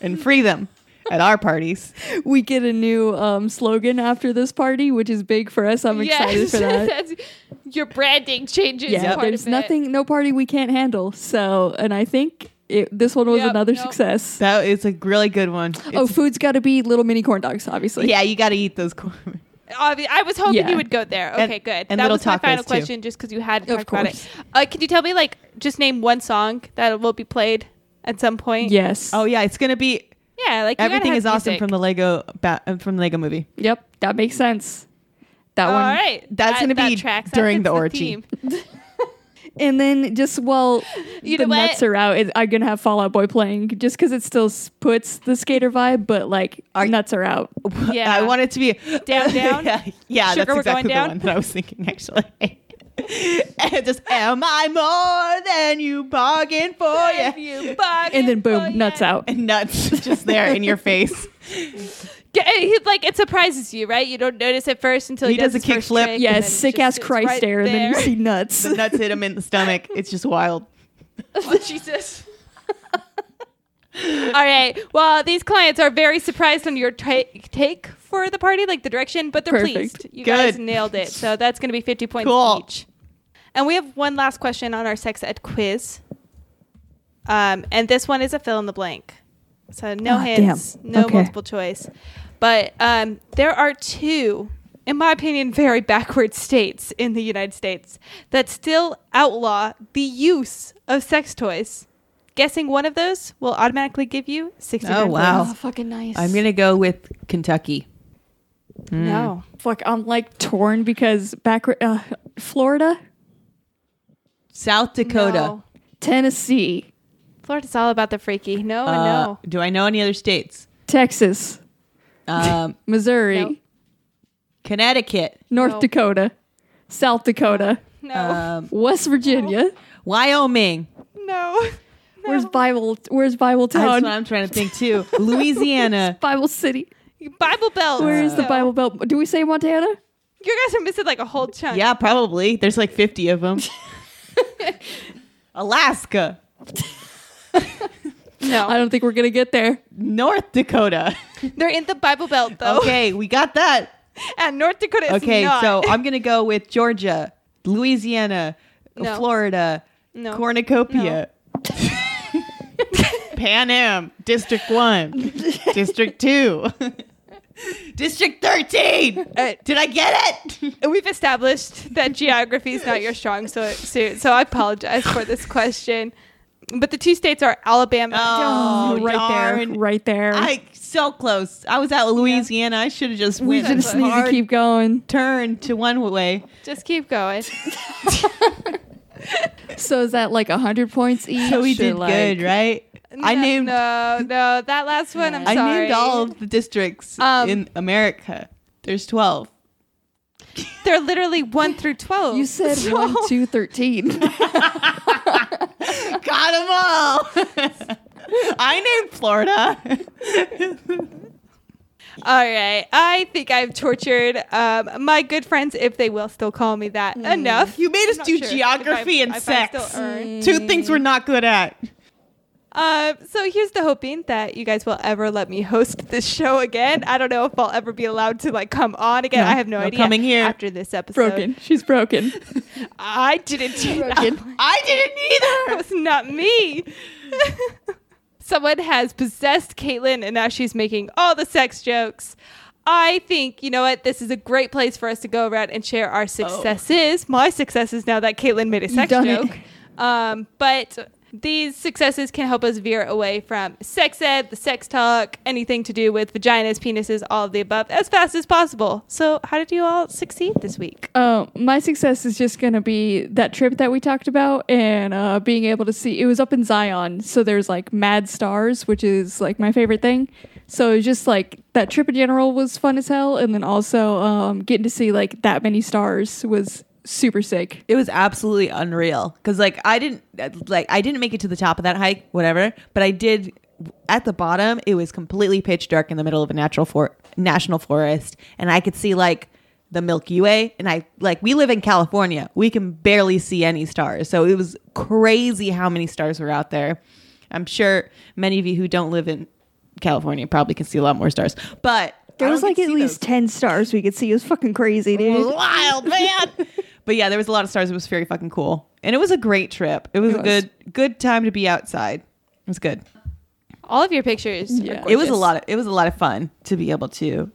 and free them at our parties.
we get a new um slogan after this party which is big for us i'm excited
Yes.
for that
That's- Your branding changes.
yeah,
part
there's
of it.
nothing, no party we can't handle. So, and I think it, this one was
Yep,
another
nope.
success.
That is a really good one.
oh,
It's-
food's got to be little mini corn dogs, obviously.
yeah, you got to eat those corn.
Obvi- I was hoping
Yeah.
you would go there.
And-
Okay, good.
and
that
little
was my final
tacos, too.
question, just because you had
Of
talked about it. Uh, can you tell me, like, just name one song that will be played at some point?
Yes.
Oh yeah, it's gonna be
yeah. Like you gotta
everything
have
is awesome
music.
from the Lego ba- uh, from the Lego movie.
Yep. That makes sense. That
All
one.
right,
That's
That-
gonna
that
be
tracks. That
during
fits
the orgy.
theme.
And then just while
You
the
know what?
nuts are out, it, I'm gonna have Fallout Boy playing just because it still s- puts the skater vibe, but like our nuts are out.
Yeah.
I want it to be
Down, down?
yeah, yeah,
Sugar,
that's
we're
exactly
going down?
the one that I was thinking actually. And just am I more than you bargained for? Yeah,
If you bargain
Oh, And then boom,
for
nuts
it.
out.
and nuts just there in your face.
Yeah, and he, like it surprises you, right? You don't notice at first until he,
He does
his
a kick
first
flip.
trick, and then
Yeah,
it
sick
just
ass
sits
Christ
right
air, and then you
there.
see nuts.
The nuts hit him in the stomach. It's just wild.
oh, Jesus. All right. Well, these clients are very surprised on your ta- take for the party, like the direction, but they're
Perfect.
pleased. You
Good.
guys nailed it. So that's going to be 50 points
Cool.
each. And we have one last question on our sex ed quiz. Um, and this one is a fill in the blank. So no
Ah,
hints,
damn.
no
Okay.
multiple choice. But um, there are two, in my opinion, very backward states in the United States that still outlaw the use of sex toys. Guessing one of those will automatically give you 60
Oh,
grand
Oh,
wow.
points.
fucking nice.
I'm gonna go with Kentucky.
No.
fuck. I'm like torn because back uh, Florida,
South Dakota.
No.
Tennessee,
Florida's all about the freaky. No,
Uh,
Oh, no.
Do I know any other states?
Texas,
Um,
Missouri,
Nope.
Connecticut,
North
Nope.
Dakota, South Dakota,
No.
um,
West Virginia.
Wyoming.
no.
Where's Bible? Where's Bible
That's
Town?
what I'm trying to think too. Oh, Louisiana.
Bible City.
Bible Belt.
Where is the
No.
Bible Belt? Do we say Montana?
You guys are missing like a whole chunk.
Yeah, probably. There's like 50 of them. Alaska,
I
No.
don't think we're gonna get there.
North Dakota.
They're in the Bible Belt, though.
Okay, we got that.
And North Dakota is
Okay,
not.
so I'm going to go with Georgia, Louisiana,
No.
Florida,
No.
Cornucopia. Pan Am, District 1, District 2, District 13.
Uh,
Did I get it?
We've established that geography is not your strong so- suit, so I apologize for this question. But the two states are Alabama.
Oh,
right
darn.
there, right there.
I so close. I was at Louisiana. I should have just
we
went a
just need to
hard
keep going.
turn to one way.
Just keep going.
So is that like hundred points each?
So we
or,
did
like-
good, right? I
No,
named
No, no, that last one. I'm
I
sorry.
named all of the districts
Um,
in America. There's 12.
They're literally one through twelve.
You said
So-
one, two, thirteen.
Got them all. I named Florida.
All right. I think I've tortured um, my good friends, if they will still call me that,
Mm.
enough.
You made us
not
do
sure if
geography
I-
and
if I still
sex.
earn.
Two things we're not good at.
Uh, so here's the hoping that you guys will ever let me host this show again. I don't know if I'll ever be allowed to like come on again.
No,
I have no,
no
idea.
coming here.
after this episode,
broken. She's broken.
I didn't do that.
I didn't
That
either.
was not me. Someone has possessed Caitlin and now she's making all the sex jokes. I think, you know what, this is a great place for us to go around and share
Oh.
our successes. My successes now that Caitlin made a sex
done it.
joke. Um, but these successes can help us veer away from sex ed, the sex talk, anything to do with vaginas, penises, all of the above as fast as possible. So, how did you all succeed this week?
Uh, my success is just going to be that trip that we talked about and uh, being able to see. It was up in Zion, so there's like mad stars, which is like my favorite thing. So it was just like that trip in general was fun as hell, and then also um, getting to see like that many stars was super sick.
It was absolutely unreal because, like, I didn't like I didn't make it to the top of that hike, whatever. But I did at the bottom. It was completely pitch dark in the middle of a natural for national forest, and I could see like the Milky Way. And I like we live in California, we can barely see any stars, so it was crazy how many stars were out there. I'm sure many of you who don't live in California probably can see a lot more stars, but I don't get to see those.
ten stars we could see. It was fucking crazy, dude.
wild man but yeah there was a lot of stars it was very fucking cool and it was a great trip it was,
was.
a good good time to be outside it was good
All of your pictures. are
Yeah.
gorgeous.
it was a lot of it was a lot of fun to be able to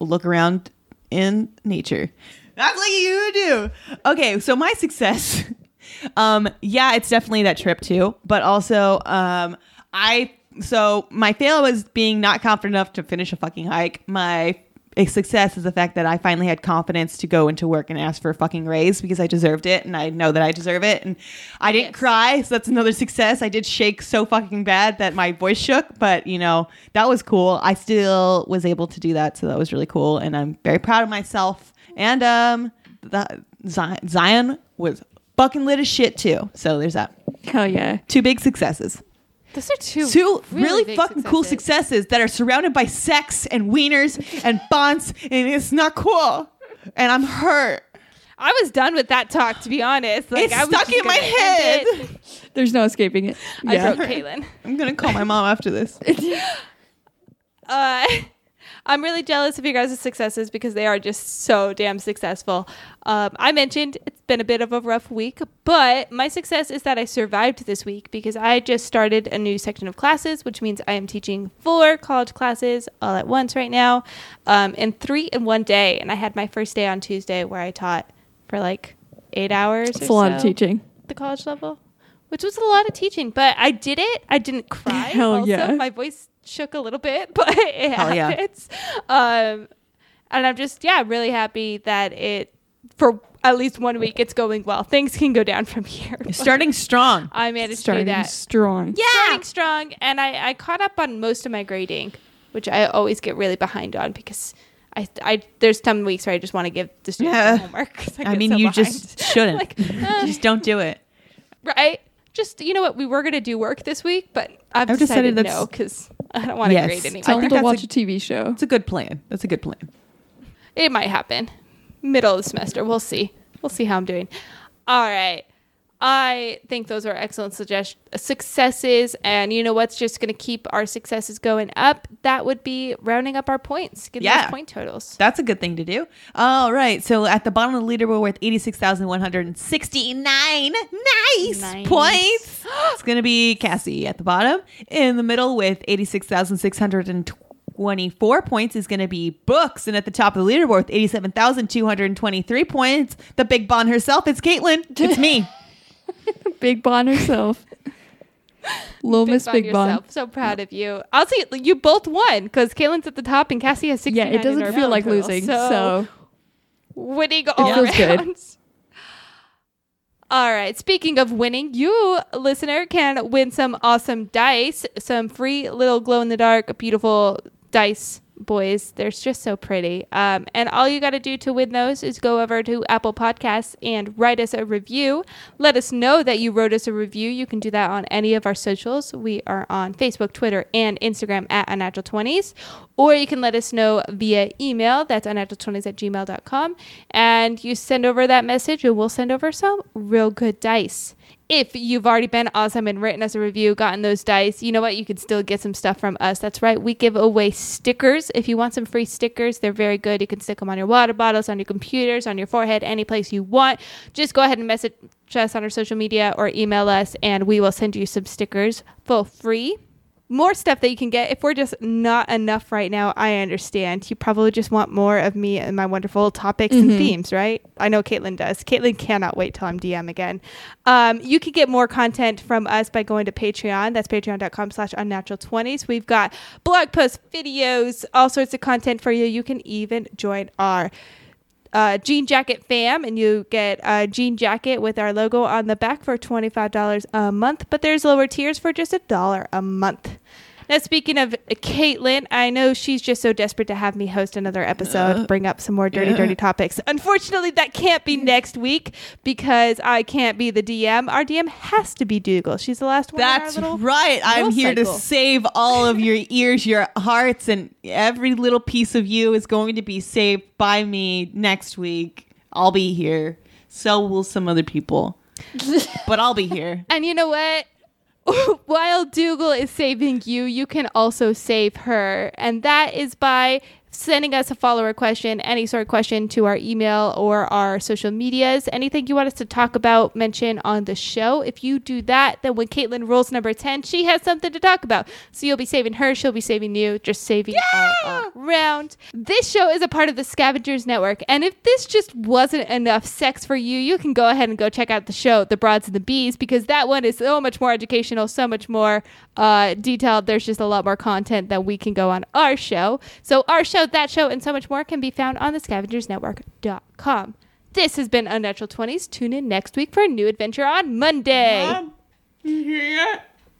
look around in nature that's like you do okay so my success um yeah it's definitely that trip too but also um i so my fail was being not confident enough to finish a fucking hike my success is the fact that i finally had confidence to go into work and ask for a fucking raise because i deserved it and i know that i deserve it and i didn't cry so that's another success i did shake so fucking bad that my voice shook but you know that was cool i still was able to do that so that was really cool and i'm very proud of myself and um the, Zi- zion was fucking lit as shit too so there's that
Hell yeah.
two big successes
Those are two,
two really,
big
fucking cool successes that are surrounded by sex and wieners and bonds and it's not cool and i'm hurt
I was done with that talk, to be honest. Like,
it's
I was
stuck
just
in my
gonna end
head
it.
There's no escaping it.
I
Yeah.
wrote Caitlin.
I'm gonna call my mom after this.
Uh, I'm really jealous of you guys' successes because they are just so damn successful. Um, I mentioned it's been a bit of a rough week, but my success is that I survived this week because I just started a new section of classes, which means I am teaching four college classes all at once right now, um, and three in one day. And I had my first day on Tuesday where I taught for like eight hours.
It's
or
a lot of
so
teaching.
at The college level, which was a lot of teaching, but I did it. I didn't cry.
Hell
also,
yeah.
my voice shook a little bit, but it
Hell yeah.
happens. Um, and I'm just yeah, really happy that it for at least one week it's going well. Things can go down from here. but
Starting strong.
I managed to do
Starting
that.
strong.
Yeah, starting strong, and I I caught up on most of my grading, which I always get really behind on because. I, I there's some weeks where I just want to give the students
Yeah.
their homework. 'cause
I
get
mean,
so
you
behind.
just shouldn't.
Like, uh,
just don't do it.
right? Just you know what, we were gonna do work this week, but I've,
I've
decided,
decided
no 'cause
that's-
no because I don't want to
Yes.
grade anymore.
Tell
I
them
think
to
that's
watch
a-
a TV show.
It's a good plan. That's a good plan.
It might happen. Middle of the semester. We'll see. We'll see how I'm doing. All right. I think those are excellent suggestions, successes, and you know what's just going to keep our successes going up? That would be rounding up our points, getting
Yeah.
those point totals.
That's a good thing to do. All right. So at the bottom of the leaderboard, we're at 86,169. Nice,
Nice.
points. It's going to be Cassie at the bottom. In the middle with 86,624 points is going to be Books. And at the top of the leaderboard with 87,223 points, the big Bon herself, it's Caitlin. It's me.
Big Bon herself. Little Miss
Bon
Big Bon.
yourself. So proud of you. I'll see you both won because Caitlin's at the top and Cassie has 69
Yeah, it
in
doesn't
her
feel
round
like
total.
losing. So,
winning all
feels good.
around. All right. Speaking of winning, you listener can win some awesome dice, some free little glow in the dark, beautiful dice boys. They're just so pretty. Um, and all you got to do to win those is go over to Apple Podcasts and write us a review. Let us know that you wrote us a review. You can do that on any of our socials. We are on Facebook, Twitter, and Instagram at Unnatural 20s. Or you can let us know via email. That's unnatural20s at gmail.com. And you send over that message, and we'll send over some real good dice. If you've already been awesome and written us a review, gotten those dice, you know what? You can still get some stuff from us. That's right. We give away stickers. If you want some free stickers, they're very good. You can stick them on your water bottles, on your computers, on your forehead, any place you want. Just go ahead and message us on our social media or email us, and we will send you some stickers for free more stuff that you can get if we're just not enough right now i understand you probably just want more of me and my wonderful topics and themes right i know caitlin does caitlin cannot wait till i'm dm again um, you can get more content from us by going to patreon that's patreon.com slash unnatural 20s we've got blog posts videos all sorts of content for you you can even join our uh, jean jacket fam and you get a jean jacket with our logo on the back for $25 a month but there's lower tiers for just a dollar a month now speaking of caitlin i know she's just so desperate to have me host another episode bring up some more dirty dirty topics unfortunately that can't be next week because i can't be the dm our dm has to be dougal she's the last one in our
That's
little-
right. I'm
little
here
cycle.
to save all of your ears, your hearts, and every little piece of you is going to be saved by me next week. I'll be here. So will some other people. but I'll be here.
And you know what? While Dougal is saving you, you can also save her. And that is by sending us a follower question, any sort of question to our email or our social medias, anything you want us to talk about, mention on the show. If you do that, then when Caitlin rolls number 10, she has something to talk about. So you'll be saving her, she'll be saving you, just saving all around. This show is a part of the Scavengers Network. And if this just wasn't enough sex for you, you can go ahead and go check out the show, The Broads and the Bees, because that one is so much more educational, so much more uh, detailed. There's just a lot more content that we can go on our show. So our show, that show, and so much more can be found on the scavengersnetwork.com. This has been Unnatural 20s. Tune in next week for a new adventure on Monday.
Mom,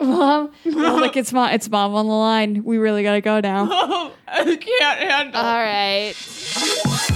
Mom, like it's mom, it's mom on the line. We really gotta go now.
I can't handle
All right.